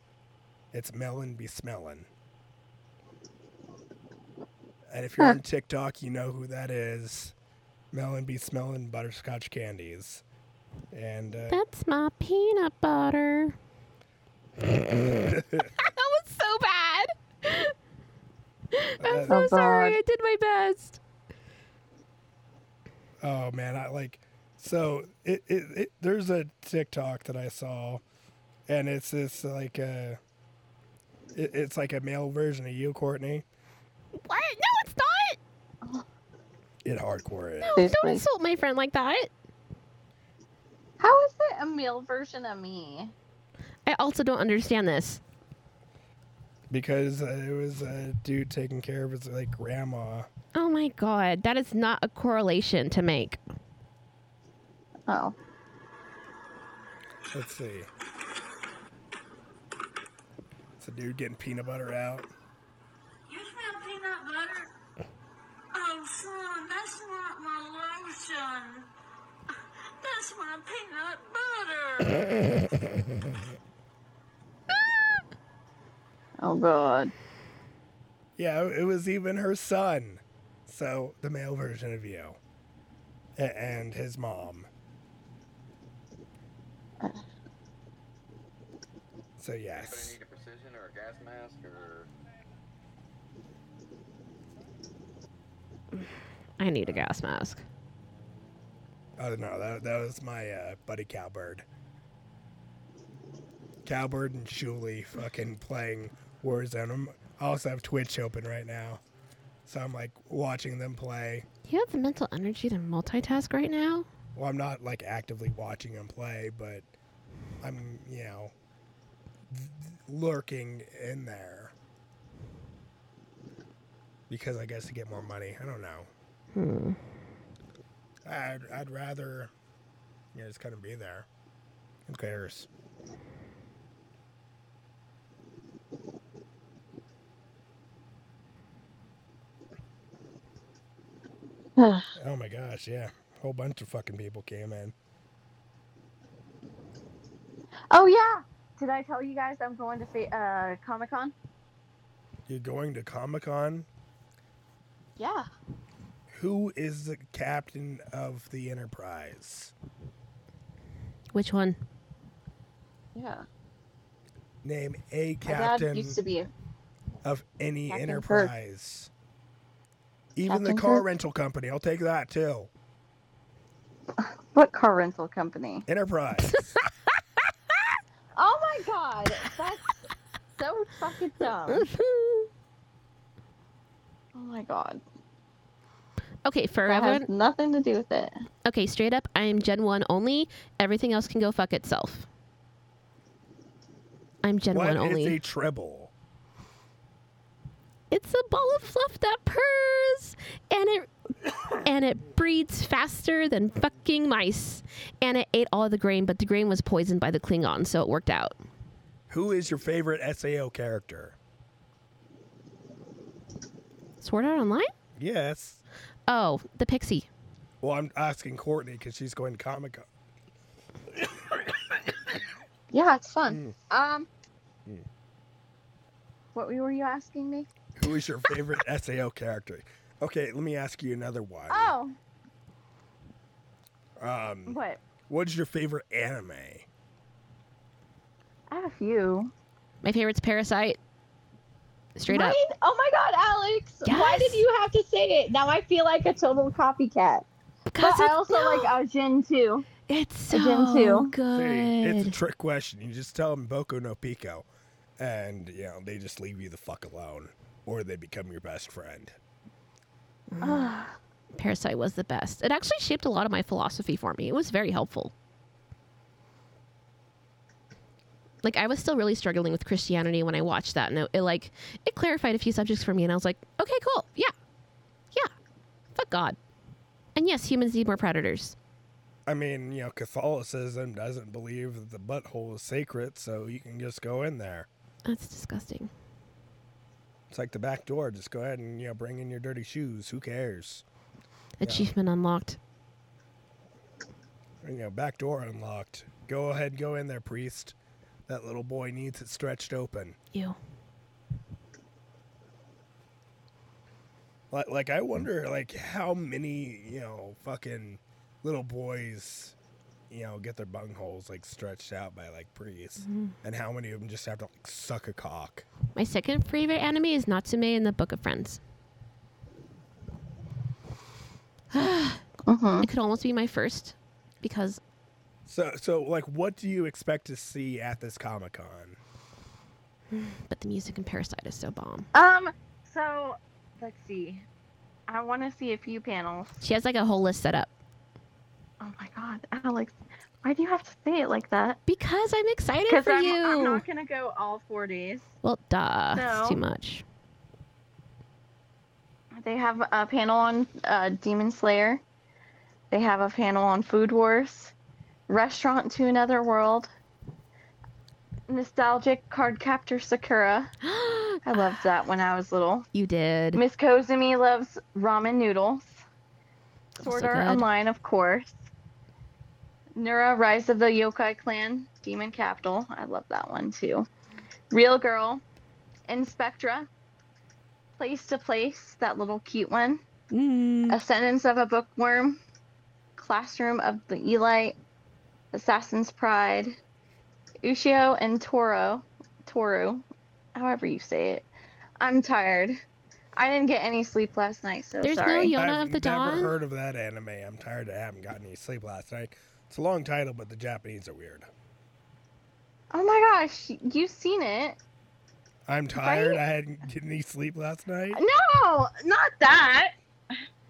Speaker 1: It's melon be smelling. And if you're on TikTok, you know who that is. Melon be smelling butterscotch candies. And
Speaker 2: (laughs)
Speaker 1: uh,
Speaker 2: That's my peanut butter. (laughs) that was so bad.
Speaker 1: uh,
Speaker 2: I'm so
Speaker 3: Oh,
Speaker 2: sorry.
Speaker 3: God.
Speaker 2: I did my best.
Speaker 1: Oh man, I like so it, it, it there's a TikTok that I saw and it's this like uh it, it's like a male version of you, Courtney.
Speaker 2: What? No, it's not.
Speaker 1: It hardcore is.
Speaker 2: No,
Speaker 3: Please,
Speaker 2: don't
Speaker 3: please.
Speaker 2: insult my friend like that.
Speaker 3: How is it a male version of me?
Speaker 2: I also don't understand this.
Speaker 1: Because uh, it was a dude taking care of his like grandma.
Speaker 2: Oh my god, that is not a correlation to make.
Speaker 3: Oh.
Speaker 1: Let's see. It's a dude getting peanut butter out.
Speaker 4: You smell peanut butter? Oh, son, that's not my lotion. That's my peanut butter.
Speaker 3: Oh god.
Speaker 1: Yeah, it was even her son. So the male version of you. A- and his mom. So yes.
Speaker 5: Anybody need a precision or a gas mask or
Speaker 2: I need a gas mask.
Speaker 1: Oh no, that, that was my uh, buddy Cowbird. Cowbird and Shuli fucking playing Warzone. I'm, I also have Twitch open right now, so I'm like watching them play.
Speaker 2: Do you have the mental energy to multitask right now?
Speaker 1: Well, I'm not like actively watching them play, but I'm you know th- lurking in there because I guess to get more money. I don't know.
Speaker 2: Hmm.
Speaker 1: I'd I'd rather you know just kind of be there. Who cares? Oh my gosh, yeah. Whole bunch of fucking people came in.
Speaker 3: Oh yeah. Did I tell you guys I'm going to fa- uh, Comic Con?
Speaker 1: You're going to Comic Con.
Speaker 3: Yeah.
Speaker 1: Who is the captain of the Enterprise?
Speaker 2: Which
Speaker 3: (laughs)
Speaker 2: one?
Speaker 3: Yeah.
Speaker 1: Name a
Speaker 3: My dad
Speaker 1: captain
Speaker 3: used to be.
Speaker 1: of any
Speaker 3: Captain Kirk.
Speaker 1: Enterprise. Even the
Speaker 3: Captain
Speaker 1: car
Speaker 3: Kirk?
Speaker 1: rental company. I'll take that too.
Speaker 3: What car rental company? (laughs)
Speaker 1: Enterprise.
Speaker 3: Oh my god. That's so fucking dumb. (laughs) Oh my god.
Speaker 2: okay, for
Speaker 3: That has
Speaker 2: everyone.
Speaker 3: nothing to do with it.
Speaker 2: Okay, straight up, I am Gen 1 only. Everything else can go fuck itself. I'm Gen
Speaker 1: What
Speaker 2: 1
Speaker 1: is
Speaker 2: only.
Speaker 1: a treble?
Speaker 2: it's a ball of fluff that purrs and it and it breeds faster than fucking mice and it ate all the grain but the grain was poisoned by the klingons so it worked out
Speaker 1: Who is your favorite SAO character?
Speaker 2: sword out online
Speaker 1: Yes.
Speaker 2: oh the pixie
Speaker 1: Well, I'm asking Courtney because she's going to Comic Con.
Speaker 3: Yeah, it's fun. Um, what were you asking me?
Speaker 1: Who is your
Speaker 3: (laughs)
Speaker 1: favorite SAO character? Okay, let me ask you another one.
Speaker 3: Oh,
Speaker 1: Um,
Speaker 3: what?
Speaker 1: what's your favorite anime?
Speaker 3: I have a few.
Speaker 2: My favorite's Parasite. Straight
Speaker 3: Mine?
Speaker 2: up.
Speaker 3: Oh my god, Alex! Why
Speaker 2: Yes.
Speaker 3: did you have to say it? Now I feel like a total copycat.
Speaker 2: Because
Speaker 3: But I
Speaker 2: it's-
Speaker 3: also
Speaker 2: no,
Speaker 3: like
Speaker 2: (sighs)
Speaker 3: Ajin too.
Speaker 2: it's
Speaker 3: I've been
Speaker 2: so
Speaker 3: to.
Speaker 2: good.
Speaker 1: See, it's a trick question. You just tell them Boco no Pico, and you know they just leave you the fuck alone, or they become your best friend.
Speaker 3: Ugh.
Speaker 2: Parasite was the best. It actually shaped a lot of my philosophy for me. It was very helpful. Like I was still really struggling with Christianity when I watched that, and it, it, like it clarified a few subjects for me, and I was like, okay, cool, yeah, yeah, fuck God, and yes, humans need more predators.
Speaker 1: I mean, you know, Catholicism doesn't believe that the butthole is sacred, so you can just go in there.
Speaker 2: That's disgusting.
Speaker 1: It's like the back door. Just go ahead and you know bring in your dirty shoes. Who cares?
Speaker 2: Achievement unlocked.
Speaker 1: You know, back door unlocked. Go ahead, go in there, priest. That little boy needs it stretched open.
Speaker 2: Ew.
Speaker 1: Like, like
Speaker 2: Mm.
Speaker 1: I wonder, like how many you know fucking little boys, you know, get their bungholes like stretched out by like priests,
Speaker 2: Mm-hmm.
Speaker 1: and how many of them just have to like suck a cock.
Speaker 2: My second favorite anime is Natsume in the Book of Friends.
Speaker 3: Mhm.
Speaker 2: It could almost be my first, because
Speaker 1: So, so like, what do you expect to see at this Comic Con?
Speaker 2: but the music in Parasite is so bomb.
Speaker 3: Um. So let's see. I want to see a few panels.
Speaker 2: She has like a whole list set up.
Speaker 3: Oh my god, Alex! Why do you have to say it like that?
Speaker 2: Because I'm excited
Speaker 3: Because
Speaker 2: for
Speaker 3: I'm,
Speaker 2: you.
Speaker 3: I'm not gonna go all four days.
Speaker 2: well, duh. It's
Speaker 3: No.
Speaker 2: too much. (gasps)
Speaker 3: They have a panel on uh, Demon Slayer. They have a panel on Food Wars, Restaurant to Another World, Nostalgic Card Captor Sakura. I loved that when I was little.
Speaker 2: you did.
Speaker 3: Miss Kozumi loves ramen noodles. Sword
Speaker 2: so
Speaker 3: Art
Speaker 2: good.
Speaker 3: Online, of course. Nura, Rise of the Yokai Clan, Demon Capital. I love that one too. Real Girl, Inspectra, Place to Place, that little cute one.
Speaker 2: Mm.
Speaker 3: A Sentence of a Bookworm, Classroom of the Elite, Assassin's Pride, Ushio and Toro, Toru, however you say it. I'm tired. I didn't get any sleep last night, so
Speaker 2: There's no
Speaker 3: sorry.
Speaker 2: yo- Fiona
Speaker 1: I've
Speaker 2: of the
Speaker 1: never
Speaker 2: Dawn?
Speaker 1: heard of that anime. I'm tired. I haven't gotten any sleep last night. It's a long title, but the Japanese are weird.
Speaker 3: oh my gosh, you've seen it?
Speaker 1: I'm tired. I hadn't (laughs) didn't any sleep last night.
Speaker 3: No, not that. (sighs)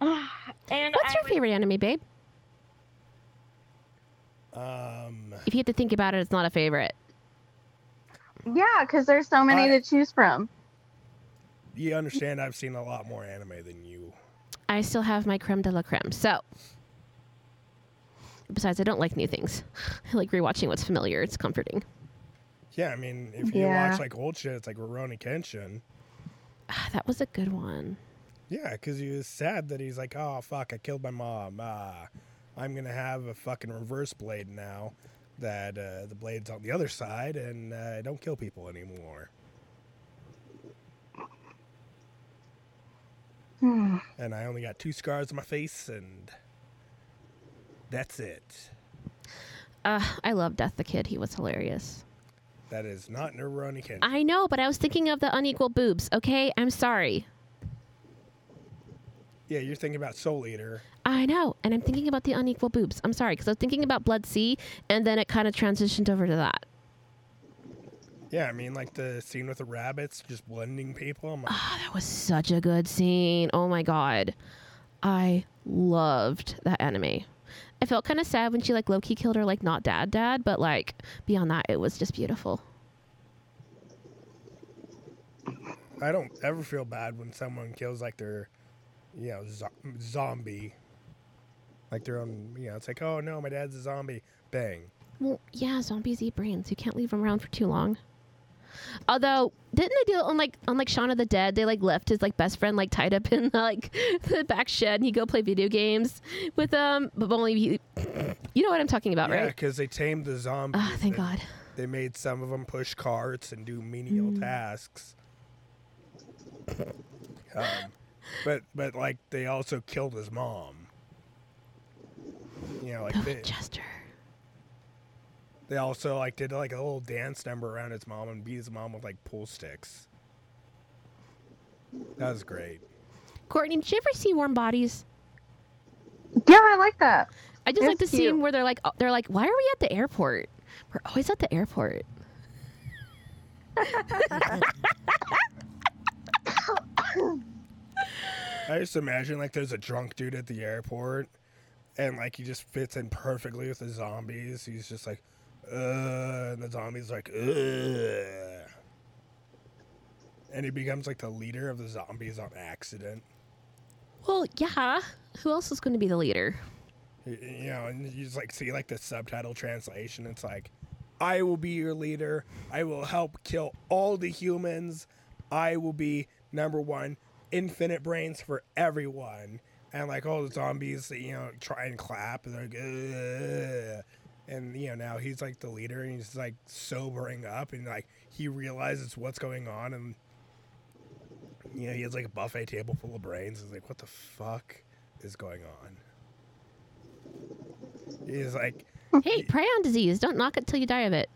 Speaker 3: and
Speaker 2: What's
Speaker 3: I
Speaker 2: your
Speaker 3: was-
Speaker 2: favorite anime, babe?
Speaker 1: Um,
Speaker 2: If you had to think about it, it's not a favorite.
Speaker 3: Yeah, because there's so many
Speaker 1: I-
Speaker 3: to choose from.
Speaker 1: you understand? I've seen a lot more anime than you.
Speaker 2: I still have my creme de la creme. So, besides, I don't like new things. (laughs) I like rewatching what's familiar. It's comforting.
Speaker 1: Yeah, I mean, if you
Speaker 3: Yeah.
Speaker 1: watch like old shit, it's like Rurouni Kenshin.
Speaker 2: Ah, that was a good one.
Speaker 1: Yeah, because he was sad that he's like, oh fuck, I killed my mom. Ah, I'm gonna have a fucking reverse blade now. That uh, the blade's on the other side, and uh, I don't kill people anymore.
Speaker 3: Hmm.
Speaker 1: And I only got two scars on my face, and that's it.
Speaker 2: Uh, I love Death the Kid. He was hilarious.
Speaker 1: That is not Rurouni Kenshin.
Speaker 2: I know, but I was thinking of the unequal boobs. Okay, I'm sorry.
Speaker 1: Yeah, you're thinking about Soul Eater.
Speaker 2: I know, and I'm thinking about the unequal boobs. I'm sorry, because I was thinking about Blood Sea, and then it kind of transitioned over to that.
Speaker 1: Yeah, I mean, like the scene with the rabbits just blending people. I'm like,
Speaker 2: Ah, that was such a good scene. Oh my god, I loved that anime. I felt kind of sad when she like low key killed her like not dad dad, but like beyond that, it was just beautiful.
Speaker 1: I don't ever feel bad when someone kills like their, you know, zo- zombie. Like their own, you know, it's like, oh no, my dad's a zombie. Bang.
Speaker 2: Well, yeah, zombies eat brains. You can't leave them around for too long. Although, didn't they do it on like on like Shaun of the Dead? They like left his like best friend like tied up in like (laughs) the back shed, and he go play video games with them. But only he, you know what I'm talking about,
Speaker 1: Yeah,
Speaker 2: right?
Speaker 1: because they tamed the zombies.
Speaker 2: Ah, thank
Speaker 1: They-
Speaker 2: God. Mm.
Speaker 1: They made some of them push carts and do menial tasks. Um, but but like they also killed his mom. You know,
Speaker 2: Oh,
Speaker 1: like they,
Speaker 2: Chester.
Speaker 1: they also like did like a little dance number around his mom and beat his mom with like pool sticks. That was great.
Speaker 2: Courtney, did you ever see Warm Bodies?
Speaker 3: Yeah, I like that.
Speaker 2: I just like the
Speaker 3: It's
Speaker 2: scene
Speaker 3: cute.
Speaker 2: where they're like, they're like, why are we at the airport? We're always at the airport.
Speaker 1: I just imagine like there's a drunk dude at the airport, and like he just fits in perfectly with the zombies. He's just like, uh, and the zombies like, uh, and he becomes like the leader of the zombies on accident.
Speaker 2: Well, yeah. Who else is going to be the leader?
Speaker 1: Y- You know, and you just like see like the subtitle translation. It's like, I will be your leader. I will help kill all the humans. I will be number one. Infinite brains for everyone. And like all the zombies, you know, try and clap and they're like, Ugh. and you know now he's like the leader and he's like sobering up and like he realizes what's going on and you know he has like a buffet table full of brains. He's like, what the fuck is going on? He's like,
Speaker 2: hey, prey on disease. Don't knock it till you die of it.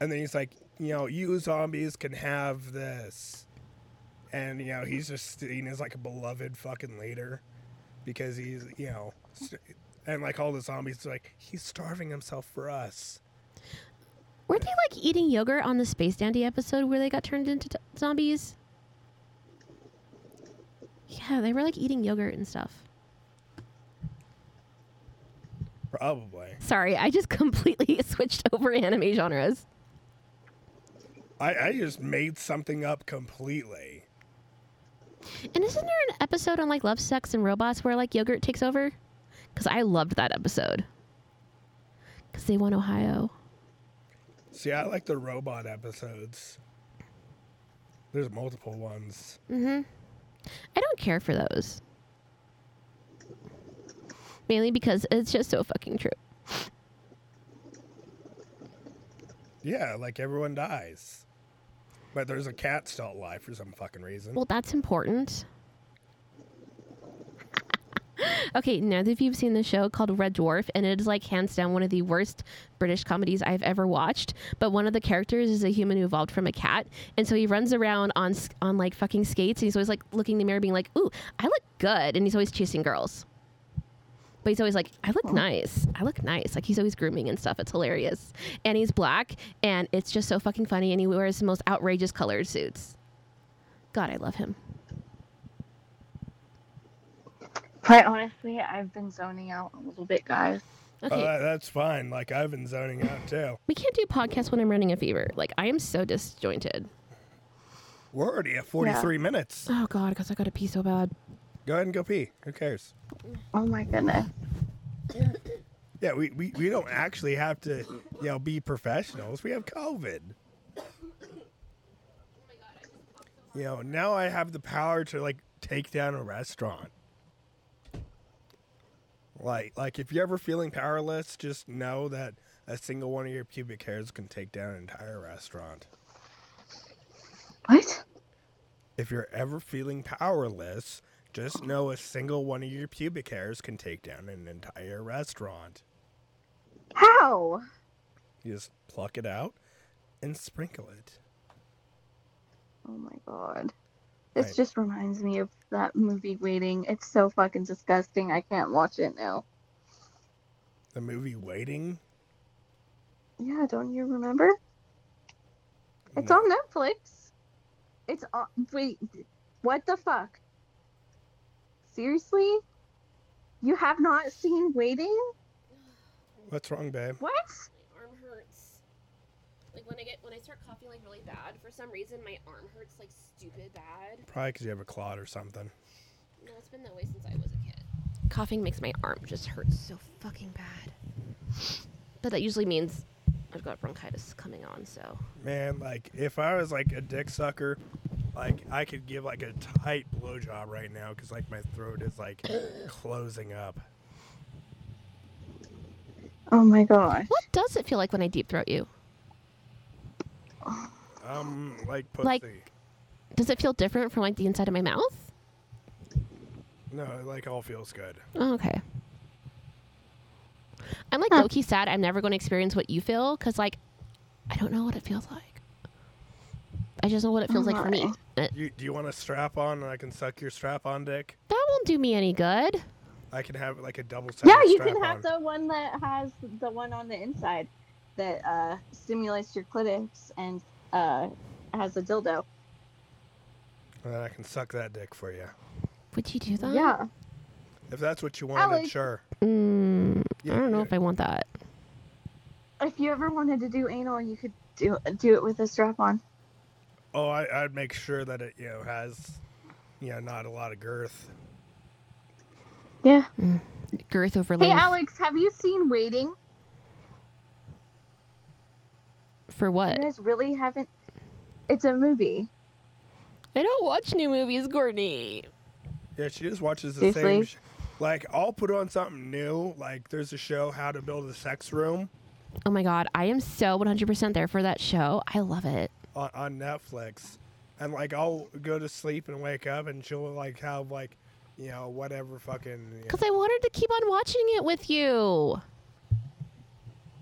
Speaker 1: and then he's like, you know, you zombies can have this. And, you know, he's just seen as like a beloved fucking leader because he's, you know, st- and like all the zombies are like, he's starving himself for us.
Speaker 2: Were they like eating yogurt on the Space Dandy episode where they got turned into t- zombies? Yeah, they were like eating yogurt and stuff.
Speaker 1: Probably.
Speaker 2: Sorry, I just (laughs) completely switched over anime genres.
Speaker 1: I, I just made something up completely.
Speaker 2: And isn't there an episode on like love, sex, and robots where like yogurt takes over? Because I loved that episode. Because they won Ohio.
Speaker 1: See, I like the robot episodes. There's multiple ones.
Speaker 2: I don't care for those. Mainly because it's just so fucking true.
Speaker 1: Yeah, like everyone dies. But there's a cat still alive for some fucking reason.
Speaker 2: Well, that's important. (laughs) okay, neither of you have seen the show called Red Dwarf, and it is like hands down one of the worst British comedies I've ever watched. But one of the characters is a human who evolved from a cat, and so he runs around on s- on like fucking skates, and he's always like looking in the mirror, being like, "Ooh, I look good," and he's always chasing girls. But he's always like, "I look nice. I look nice." Like he's always grooming and stuff. It's hilarious, and he's black, and it's just so fucking funny. And he wears the most outrageous colored suits. God, I love him.
Speaker 3: Quite honestly, I've been zoning out a little bit, guys.
Speaker 2: Okay,
Speaker 1: Uh, that's fine. Like I've been zoning out too.
Speaker 2: we can't do podcasts when I'm running a fever. Like I am so disjointed.
Speaker 1: We're already at 43 minutes.
Speaker 2: Oh God, because I got to pee so bad.
Speaker 1: Go ahead and go pee. Who cares?
Speaker 3: Oh my goodness.
Speaker 1: Yeah, we, we, we don't actually have to, you know, be professionals. We have COVID. You know, now I have the power to like take down a restaurant. Like like if you're ever feeling powerless, just know that a single one of your pubic hairs can take down an entire restaurant.
Speaker 3: What?
Speaker 1: If you're ever feeling powerless, just know a single one of your pubic hairs can take down an entire restaurant.
Speaker 3: How?
Speaker 1: You just pluck it out and sprinkle it.
Speaker 3: Oh my god. This
Speaker 1: Right.
Speaker 3: just reminds me of that movie Waiting. It's so fucking disgusting. I can't watch it now.
Speaker 1: The movie Waiting?
Speaker 3: Yeah, don't you remember? It's
Speaker 1: No.
Speaker 3: on Netflix. It's on. Wait, what the fuck? Seriously? You have not seen Waiting?
Speaker 1: What's wrong, babe?
Speaker 3: What?
Speaker 2: My arm hurts. Like when I get when I start coughing like really bad for some reason, my arm hurts like stupid bad.
Speaker 1: Probably because you have a clot or something.
Speaker 2: No, it's been that way since I was a kid. Coughing makes my arm just hurt so fucking bad. But that usually means I've got bronchitis coming on, so
Speaker 1: Man, like if I was like a dick sucker, like I could give like a tight blowjob right now because like my throat is like closing up.
Speaker 3: Oh my gosh.
Speaker 2: what does it feel like when I deep throat you?
Speaker 1: Um, like pussy.
Speaker 2: Like- Does it feel different from like the inside of my mouth?
Speaker 1: no, it, like all feels good.
Speaker 2: Oh, okay. I'm like
Speaker 3: Huh.
Speaker 2: low key sad. I'm never going to experience what you feel because like I don't know what it feels like. I just know what it feels like for me.
Speaker 3: Alright.
Speaker 2: Uh,
Speaker 1: You do you want a strap on? and I can suck your strap on dick.
Speaker 2: That won't do me any good.
Speaker 1: I can have like a double.
Speaker 3: Yeah,
Speaker 1: sided
Speaker 3: you
Speaker 1: strap
Speaker 3: can have
Speaker 1: on.
Speaker 3: the one that has the one on the inside that uh, stimulates your clitoris and uh, has a dildo.
Speaker 1: And then I can suck that dick for you.
Speaker 2: Would you do that?
Speaker 3: Yeah.
Speaker 1: If that's what you wanted,
Speaker 3: Alex.
Speaker 1: sure.
Speaker 2: Mm, I
Speaker 1: Yeah,
Speaker 2: don't know
Speaker 1: yeah.
Speaker 2: if I want that.
Speaker 3: If you ever wanted to do anal, you could do do it with a strap on.
Speaker 1: Oh, I, I'd make sure that it you know has, you know, not a lot of girth.
Speaker 3: Yeah.
Speaker 2: Girth over
Speaker 3: Hey,
Speaker 2: length
Speaker 3: Alex, have you seen Waiting?
Speaker 2: for
Speaker 3: You
Speaker 2: what?
Speaker 3: guys really haven't. It's a movie.
Speaker 2: I don't watch new movies, Courtney.
Speaker 1: Yeah, she just watches the same.
Speaker 3: Seriously?
Speaker 1: Sh- like I'll put on something new. Like there's a show, How to Build a Sex Room,
Speaker 2: Oh my god, I am so 100% there for that show. I love it.
Speaker 1: on, on Netflix, and like I'll go to sleep and wake up, and she'll like have like, you know, whatever fucking. You know,
Speaker 2: Because I wanted to keep on watching it with you.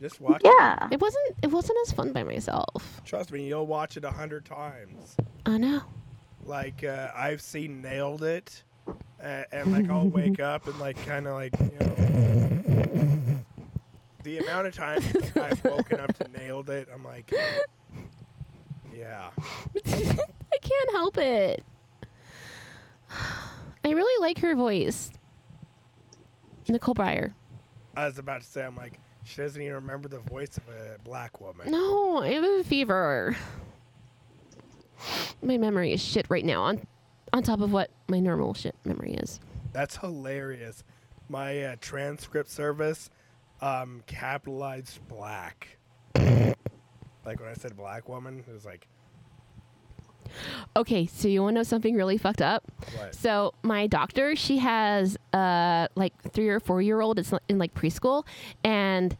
Speaker 1: just watch. it.
Speaker 3: Yeah.
Speaker 2: It wasn't it wasn't as fun by myself.
Speaker 1: Trust me, you'll watch it a hundred times.
Speaker 2: I know.
Speaker 1: Like uh, I've seen Nailed It, uh, and like I'll wake up and like kind of like you know. The amount of times I've woken up to Nailed It, I'm like, yeah.
Speaker 2: (laughs) I can't help it. I really like her voice. Nicole Byer.
Speaker 1: I was about to say, I'm like, she doesn't even remember the voice of a black woman.
Speaker 2: No, I have a fever. My memory is shit right now on on top of what my normal shit memory is.
Speaker 1: That's hilarious. My uh, transcript service um, capitalized black. like when I said black woman, it was like,
Speaker 2: Okay, so you want to know something really fucked up?
Speaker 1: what?
Speaker 2: So my doctor, she has uh like three or four year old. It's in like preschool, and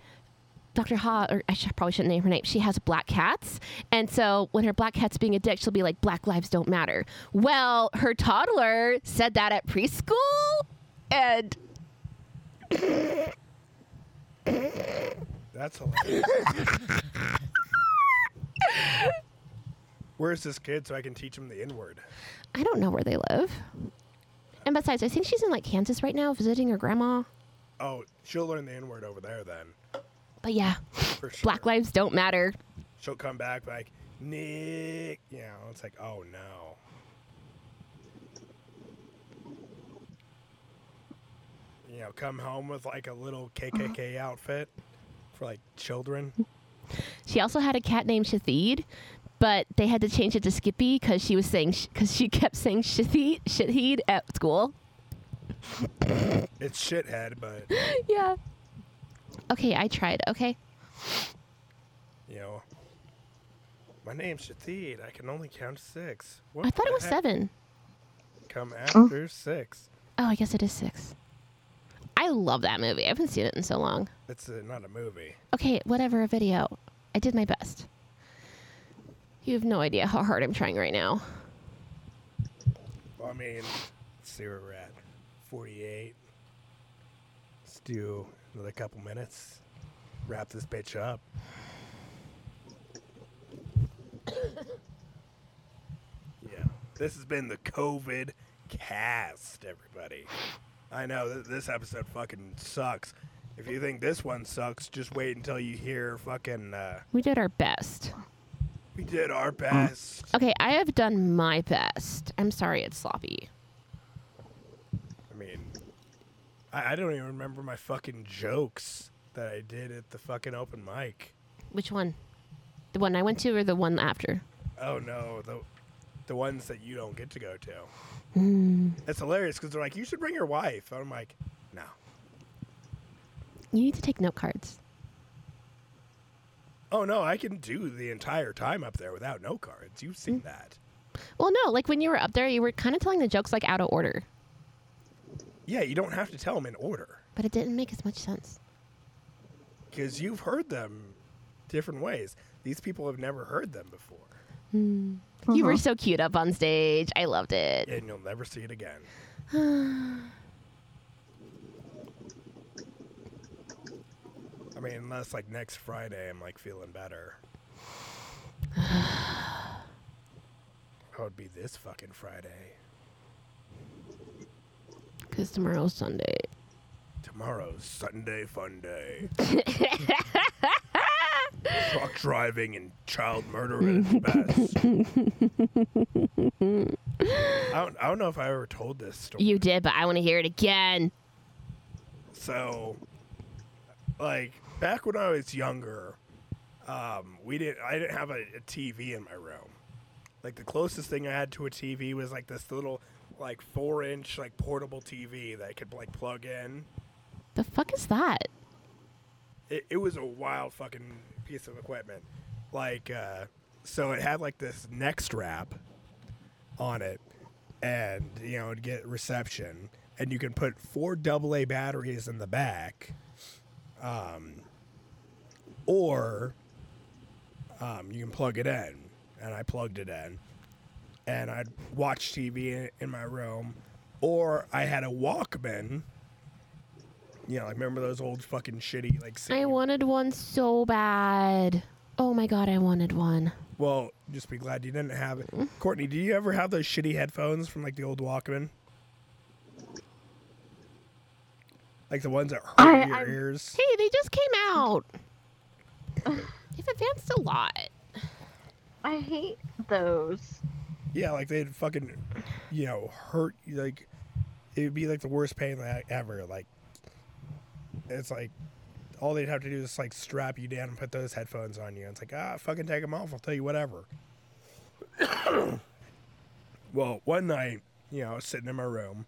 Speaker 2: Dr. Ha, or I should, probably shouldn't name her name. She has black cats, and so when her black cat's being a dick, she'll be like, "Black lives don't matter." Well, her toddler said that at preschool, and
Speaker 1: That's hilarious. Where's this kid so I can teach him the N word?
Speaker 2: I don't know where they live. And besides, I think she's in like Kansas right now, visiting her grandma.
Speaker 1: Oh, she'll learn the N word over there then.
Speaker 2: But yeah,
Speaker 1: For sure.
Speaker 2: black lives don't matter.
Speaker 1: She'll come back like, Nick. You know, it's like, oh no. You know, come home with like a little KKK outfit for like children.
Speaker 2: She also had a cat named Shathid, but they had to change it to Skippy because she was saying because she (laughs) kept saying Shathid Shathid at school.
Speaker 1: It's shithead, but
Speaker 2: Yeah. Okay, I tried. Okay.
Speaker 1: you know, my name's Shathid. I can only count six. What
Speaker 2: I thought
Speaker 1: the
Speaker 2: it was
Speaker 1: heck?
Speaker 2: seven.
Speaker 1: Come after six.
Speaker 2: Oh, I guess it is six. I love that movie. I haven't seen it in so long.
Speaker 1: It's uh not a movie.
Speaker 2: Okay, whatever. A video. I did my best. You have no idea how hard I'm trying right now.
Speaker 1: I mean, let's see where we're at. 48. Let's do another couple minutes. Wrap this bitch up. (coughs) yeah. This has been the COVID cast, everybody. I know th- this episode fucking sucks. If you think this one sucks, just wait until you hear fucking. Uh,
Speaker 2: We did our best.
Speaker 1: we did our best.
Speaker 2: Okay, I have done my best. I'm sorry it's sloppy.
Speaker 1: I mean, I, I don't even remember my fucking jokes that I did at the fucking open mic.
Speaker 2: Which one? The one I went to or the one after?
Speaker 1: Oh no, the the ones that you don't get to go to. It's hilarious because they're like, you should bring your wife. And I'm like, no.
Speaker 2: You need to take note cards.
Speaker 1: Oh no, I can do the entire time up there without no cards. You've seen that.
Speaker 2: Well, no, like when you were up there, you were kind of telling the jokes like out of order,
Speaker 1: Yeah, you don't have to tell them in order
Speaker 2: but it didn't make as much sense.
Speaker 1: because you've heard them different ways. These people have never heard them before,
Speaker 2: You were so cute up on stage. I loved it.
Speaker 1: and you'll never see it again. I mean, unless like next Friday, I'm like feeling better. That would be this fucking Friday.
Speaker 2: Because tomorrow's Sunday.
Speaker 1: Tomorrow's Sunday Fun Day. Truck driving and child murder at its best. I don't, I don't know if I ever told this story.
Speaker 2: You did, but I want to hear it again.
Speaker 1: So, like back when I was younger, um, we didn't. I didn't have a, a TV in my room. Like the closest thing I had to a TV was like this little, like four inch, like portable TV that I could like plug in.
Speaker 2: The fuck is that?
Speaker 1: it, it was a wild fucking piece of equipment. Like, uh, so it had like this neck strap on it, and you know, it'd get reception, and you can put four AA batteries in the back, um, or um, you can plug it in. And I plugged it in, and I'd watch TV in, in my room, or I had a Walkman. You know, like remember those old fucking shitty like.
Speaker 2: I
Speaker 1: CD
Speaker 2: wanted one so bad. Oh my god, I wanted one.
Speaker 1: Well, just be glad you didn't have it.
Speaker 3: Mm-hmm.
Speaker 1: Courtney, do you ever have those shitty headphones from like the old Walkman? Like the ones that hurt
Speaker 3: I-
Speaker 1: your
Speaker 3: I'm-
Speaker 1: ears?
Speaker 2: Hey, they just came out. They've advanced a lot.
Speaker 3: I hate those.
Speaker 1: Yeah, like they'd fucking, you know, hurt. you, Like it would be like the worst pain like, ever. Like it's like all they'd have to do is like strap you down and put those headphones on you. And it's like ah, fucking take them off. I'll tell you whatever. (coughs) well, one night, you know, I was sitting in my room,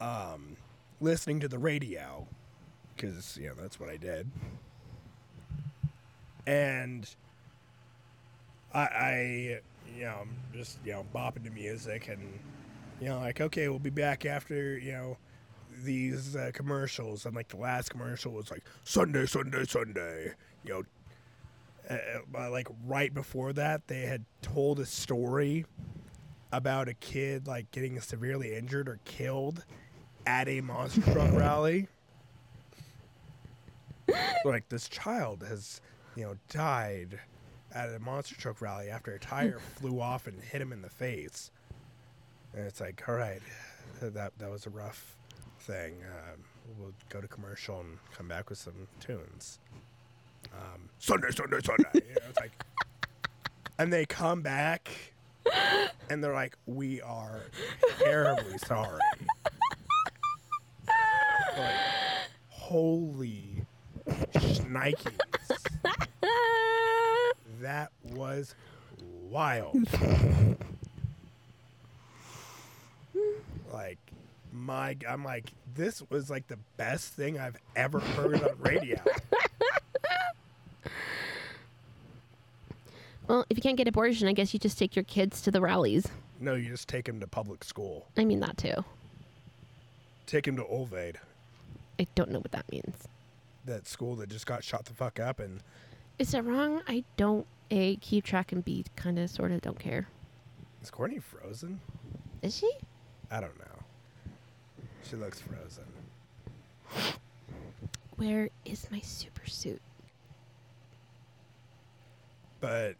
Speaker 1: um, listening to the radio, because you know that's what I did, and. I, I you know, I'm just, you know, bopping to music and, you know, like, okay, we'll be back after, you know, these uh, commercials. And, like, the last commercial was, like, Sunday, Sunday, Sunday. You know, uh, uh, but, like, right before that, they had told a story about a kid, like, getting severely injured or killed at a monster truck rally. (laughs) Like, this child has, you know, died at a monster truck rally after a tire flew off and hit him in the face. And it's like, all right, that that was a rough thing. Um, we'll go to commercial and come back with some tunes. Um, Sunday, Sunday, Sunday. you know, it's like, and they come back, and they're like, we are terribly sorry. like, holy shnikes. That was wild. like, my, I'm like, this was like the best thing I've ever heard on radio.
Speaker 2: Well, if you can't get abortion, I guess you just take your kids to the rallies.
Speaker 1: No, you just take him to public school.
Speaker 2: I mean that too.
Speaker 1: Take him to Olvade,
Speaker 2: I don't know what that means.
Speaker 1: that school that just got shot the fuck up. And
Speaker 2: Is it wrong? I don't a keep track and b kind of sort of don't care.
Speaker 1: is Courtney frozen?
Speaker 2: Is she?
Speaker 1: I don't know. She looks frozen.
Speaker 2: Where is my super suit?
Speaker 1: But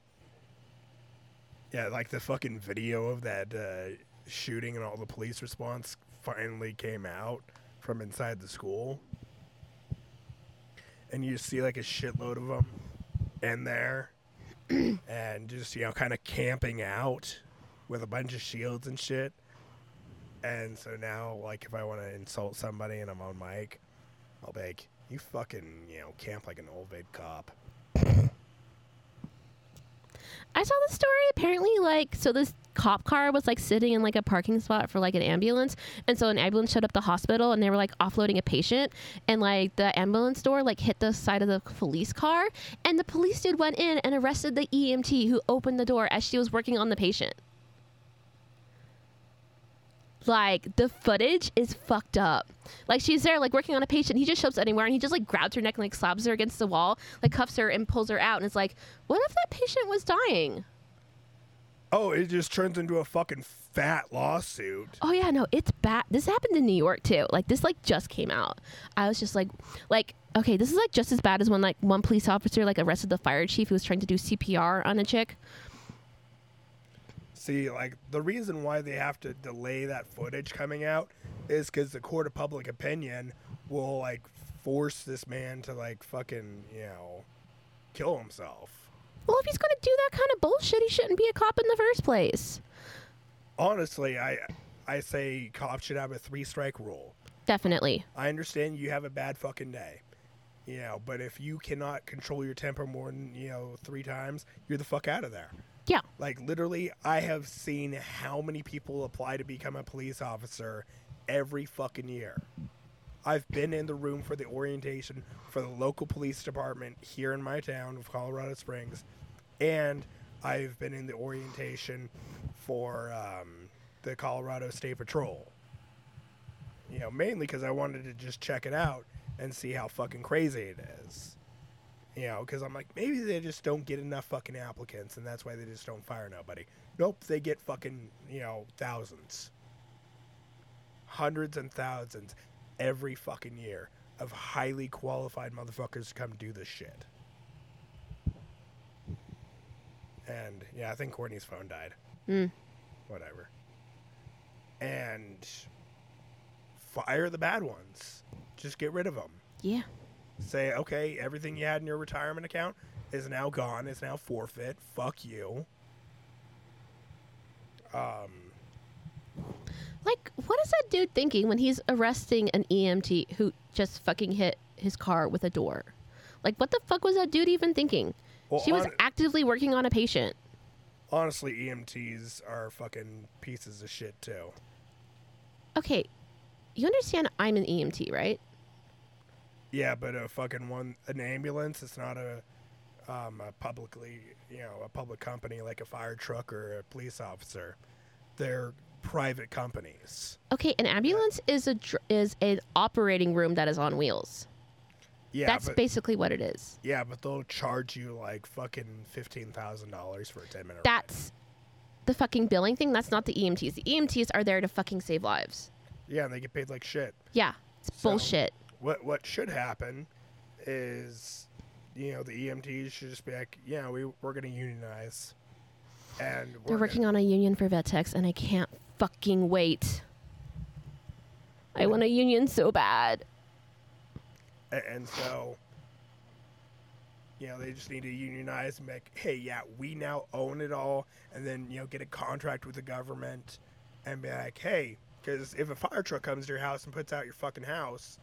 Speaker 1: yeah, like the fucking video of that uh, shooting and all the police response finally came out from inside the school, and you see like a shitload of them in there, (clears throat) and just you know kind of camping out with a bunch of shields and shit. And so now, like, if I want to insult somebody and I'm on mic, I'll be like, "You fucking, you know, camp like an old vid cop."
Speaker 2: I saw this story. Apparently, like, so this cop car was like sitting in like a parking spot for like an ambulance, and so an ambulance showed up the hospital, and they were like offloading a patient, and like the ambulance door like hit the side of the police car, and the police dude went in and arrested the EMT who opened the door as she was working on the patient. Like the footage is fucked up. Like she's there, like working on a patient. He just shows up anywhere and he just like grabs her neck and like slams her against the wall, like cuffs her and pulls her out. And it's like, what if that patient was dying?
Speaker 1: Oh, it just turns into a fucking fat lawsuit.
Speaker 2: Oh yeah, no, it's bad. This happened in New York too. Like this, like just came out. I was just like, like okay, this is like just as bad as when like one police officer like arrested the fire chief who was trying to do CPR on a chick.
Speaker 1: See, like the reason why they have to delay that footage coming out is because the court of public opinion will like force this man to like fucking you know kill himself.
Speaker 2: Well, if he's gonna do that kind of bullshit, he shouldn't be a cop in the first place.
Speaker 1: Honestly, I I say cops should have a three strike rule.
Speaker 2: Definitely.
Speaker 1: I understand you have a bad fucking day, you know, but if you cannot control your temper more than you know three times, you're the fuck out of there.
Speaker 2: Yeah.
Speaker 1: Like literally, I have seen how many people apply to become a police officer every fucking year. I've been in the room for the orientation for the local police department here in my town of Colorado Springs, and I've been in the orientation for um, the Colorado State Patrol. You know, mainly because I wanted to just check it out and see how fucking crazy it is. You know, because I'm like, maybe they just don't get enough fucking applicants, and that's why they just don't fire nobody. Nope, they get fucking, you know, thousands. Hundreds and thousands every fucking year of highly qualified motherfuckers come do this shit. And yeah, I think Courtney's phone died.
Speaker 2: Mm.
Speaker 1: Whatever. And fire the bad ones. Just get rid of them
Speaker 2: Yeah.
Speaker 1: say, okay, everything you had in your retirement account is now gone, is now forfeit. Fuck you. Um,
Speaker 2: Like, what is that dude thinking when he's arresting an EMT who just fucking hit his car with a door? Like, what the fuck was that dude even thinking?
Speaker 1: Well,
Speaker 2: she was
Speaker 1: hon-
Speaker 2: actively working on a patient.
Speaker 1: honestly, EMTs are fucking pieces of shit too.
Speaker 2: Okay, you understand I'm an EMT, right?
Speaker 1: Yeah, but a fucking one, an ambulance. It's not a, um, a publicly, you know, a public company like a fire truck or a police officer. They're private companies.
Speaker 2: Okay, an ambulance is a dr- is an operating room that is on wheels.
Speaker 1: Yeah,
Speaker 2: That's
Speaker 1: but,
Speaker 2: basically what it is.
Speaker 1: yeah, but they'll charge you like fucking fifteen thousand dollars for a ten minute. ride.
Speaker 2: That's the fucking billing thing. That's not the EMTs. The EMTs are there to fucking save lives.
Speaker 1: Yeah, and they get paid like shit.
Speaker 2: Yeah, it's
Speaker 1: So-
Speaker 2: bullshit.
Speaker 1: What what should happen is, you know, the EMTs should just be like, yeah, we we're gonna unionize, and we're
Speaker 2: They're working on a union for vet techs, and I can't fucking wait. I want a union so bad.
Speaker 1: on, and so, you know, they just need to unionize and be like, hey, yeah, we now own it all, and then you know, get a contract with the government, and be like, hey, because if a fire truck comes to your house and puts out your fucking house,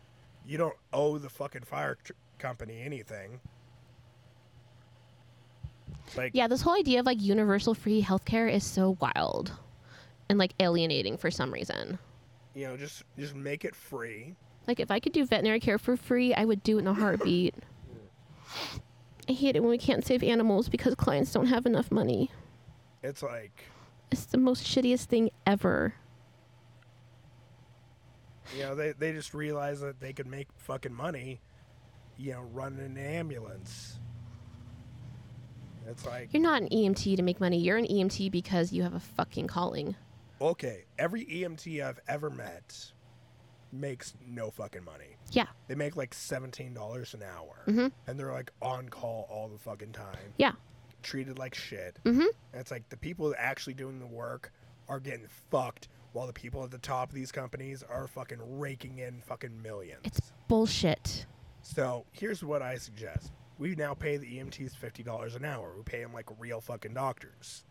Speaker 1: you don't owe the fucking fire tr- company anything. Like,
Speaker 2: Yeah, this whole idea of like universal free healthcare is so wild and like alienating for some reason.
Speaker 1: you know, just just make it free.
Speaker 2: Like if I could do veterinary care for free, I would do it in a heartbeat. I hate it when we can't save animals because clients don't have enough money.
Speaker 1: It's like,
Speaker 2: It's the most shittiest thing ever.
Speaker 1: you know, they, they just realized that they could make fucking money, you know, running an ambulance. It's like,
Speaker 2: You're not an EMT to make money. You're an EMT because you have a fucking calling.
Speaker 1: okay, every EMT I've ever met makes no fucking money.
Speaker 2: Yeah.
Speaker 1: They make like $17 an hour.
Speaker 2: Mhm.
Speaker 1: And they're like on call all the fucking time,
Speaker 2: Yeah.
Speaker 1: treated like shit.
Speaker 2: Mhm.
Speaker 1: And it's like the people actually doing the work are getting fucked while the people at the top of these companies are fucking raking in fucking millions.
Speaker 2: It's bullshit.
Speaker 1: So here's what I suggest. We now pay the EMTs fifty dollars an hour. We pay them like real fucking doctors.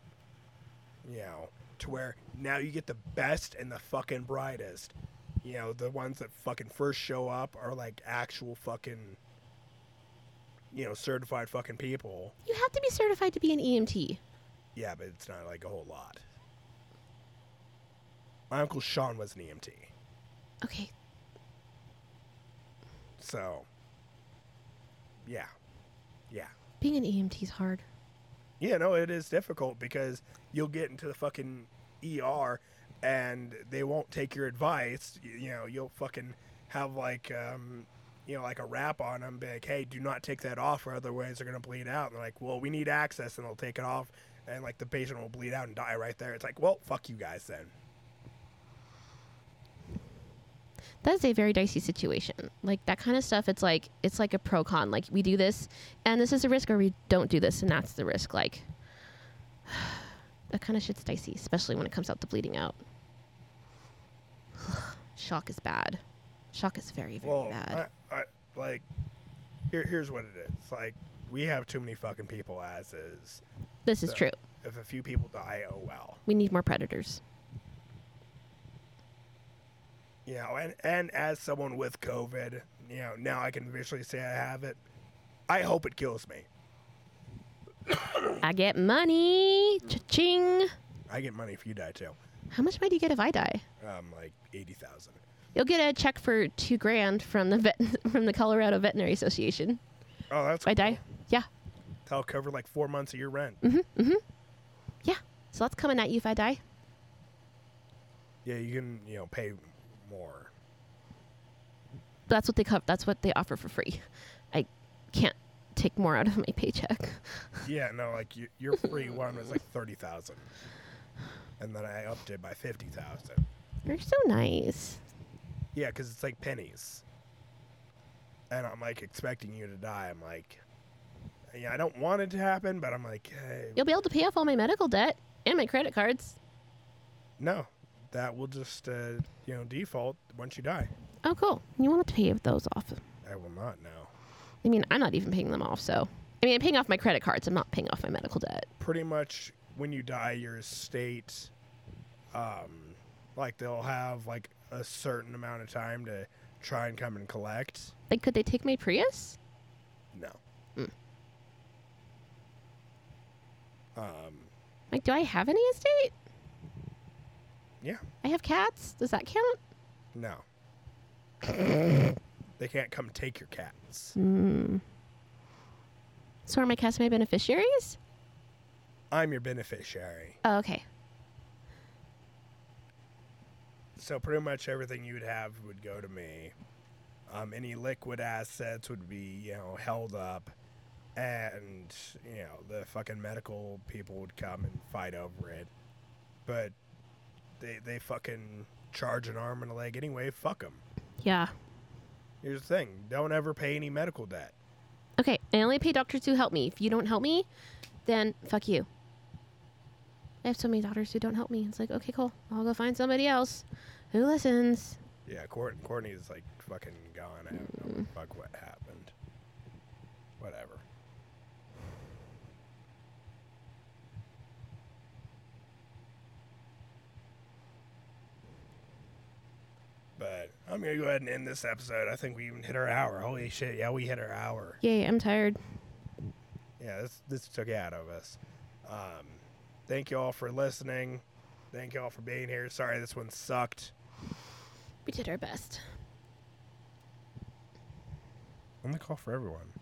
Speaker 1: You know, to where now you get the best and the fucking brightest. You know, the ones that fucking first show up are like actual fucking, you know, certified fucking people.
Speaker 2: E You have to be certified to be an EMT.
Speaker 1: Yeah, but it's not like a whole lot. My uncle Sean was an E EMT,
Speaker 2: Okay.
Speaker 1: so yeah, yeah,
Speaker 2: Being an EMT is hard.
Speaker 1: yeah. No, it is difficult because you'll get into the fucking ER and they won't take your advice. You, you know, you'll fucking have like um, you know like a wrap on them, be like, hey, do not take that off, or otherwise they're gonna bleed out. And they're like, well, we need access, and they'll take it off, and like the patient will bleed out and die right there. It's like, well, fuck you guys then.
Speaker 2: that is a very dicey situation. Like that kind of stuff, it's like it's like a pro con. Like we do this, and this is a risk, or we don't do this, and that's the risk. Like (sighs) that kind of shit's dicey, especially when it comes out to bleeding out. (sighs) Shock is bad. Shock is very very
Speaker 1: Well,
Speaker 2: bad.
Speaker 1: I, I, like, here, here's what it is. Like, we have too many fucking people as is.
Speaker 2: this is
Speaker 1: so-
Speaker 2: true.
Speaker 1: If a few people die, oh well.
Speaker 2: We need more predators.
Speaker 1: You know, and, and as someone with COVID, you know, now I can visually say I have it. I hope it kills me.
Speaker 2: I get money. Cha-ching.
Speaker 1: I get money if you die too.
Speaker 2: How much money do you get if I die?
Speaker 1: Um, like eighty thousand.
Speaker 2: You'll get a check for two grand from the vet, (laughs) from the Colorado Veterinary Association.
Speaker 1: Oh, that's
Speaker 2: If I die, Mm-hmm. yeah.
Speaker 1: That'll cover like four months of your rent.
Speaker 2: Yeah. So that's coming at you if I die.
Speaker 1: Yeah, you can you know pay more.
Speaker 2: That's what they co- that's what they offer for free. I can't take more out of my paycheck. (laughs)
Speaker 1: Yeah, no, like your, your free one was like thirty thousand, and then I upped it by fifty thousand.
Speaker 2: You're so nice.
Speaker 1: Yeah, because it's like pennies. And I'm like expecting you to die. I'm like, yeah, I don't want it to happen, but I'm like, hey,
Speaker 2: You'll be able to pay off all my medical debt and my credit cards.
Speaker 1: no, that will just, uh, you know, default once you die.
Speaker 2: Oh, cool. You won't have to pay those off.
Speaker 1: I will not know.
Speaker 2: I mean, I'm not even paying them off. So, I mean, I'm paying off my credit cards. I'm not paying off my medical debt.
Speaker 1: Pretty much when you die, your estate, um, like they'll have like a certain amount of time to try and come and collect.
Speaker 2: Like, could they take my Prius?
Speaker 1: No. Um,
Speaker 2: Like, do I have any estate?
Speaker 1: yeah.
Speaker 2: I have cats. Does that count?
Speaker 1: No. they can't come take your cats.
Speaker 2: So are my cats my beneficiaries?
Speaker 1: I'm your beneficiary.
Speaker 2: Oh, okay.
Speaker 1: So pretty much everything you would have would go to me. Um, any liquid assets would be, you know, held up. And, you know, the fucking medical people would come and fight over it. But they, they fucking charge an arm and a leg anyway. Fuck them.
Speaker 2: Yeah.
Speaker 1: Here's the thing don't ever pay any medical debt.
Speaker 2: Okay, I only pay doctors who help me. If you don't help me, then fuck you. I have so many doctors who don't help me. It's like, okay, cool. I'll go find somebody else who listens.
Speaker 1: Yeah, Courtney, Courtney's like fucking gone. I don't know what the fuck what happened. Whatever. But I'm gonna go ahead and end this episode. I think we even hit our hour. Holy shit! Yeah, we hit our hour.
Speaker 2: Yay, I'm tired.
Speaker 1: Yeah, this this took it out of us. Um, thank you all for listening. Thank you all for being here. Sorry this one sucked.
Speaker 2: We did our best.
Speaker 1: I'm the call for everyone.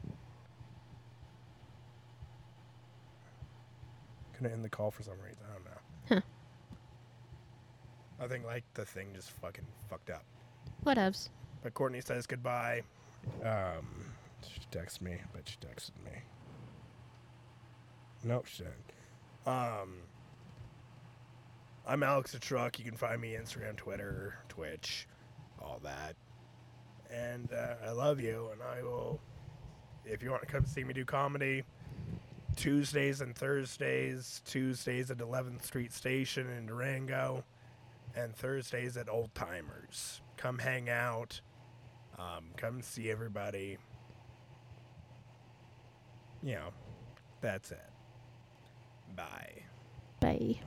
Speaker 1: Gonna end the call for some reason. I don't know. I think like the thing just fucking fucked up.
Speaker 2: Whatevs.
Speaker 1: But Courtney says goodbye. Um, she texted me, but she texted me. Nope, she didn't. Um, I'm Alex the Truck. You can find me Instagram, Twitter, Twitch, all that. And uh, I love you, and I will. If you want to come see me do comedy, Tuesdays and Thursdays, Tuesdays at 11th Street Station in Durango and Thursdays at Old Timers. Come hang out. Um, come see everybody. You know, that's it. Bye.
Speaker 2: Bye.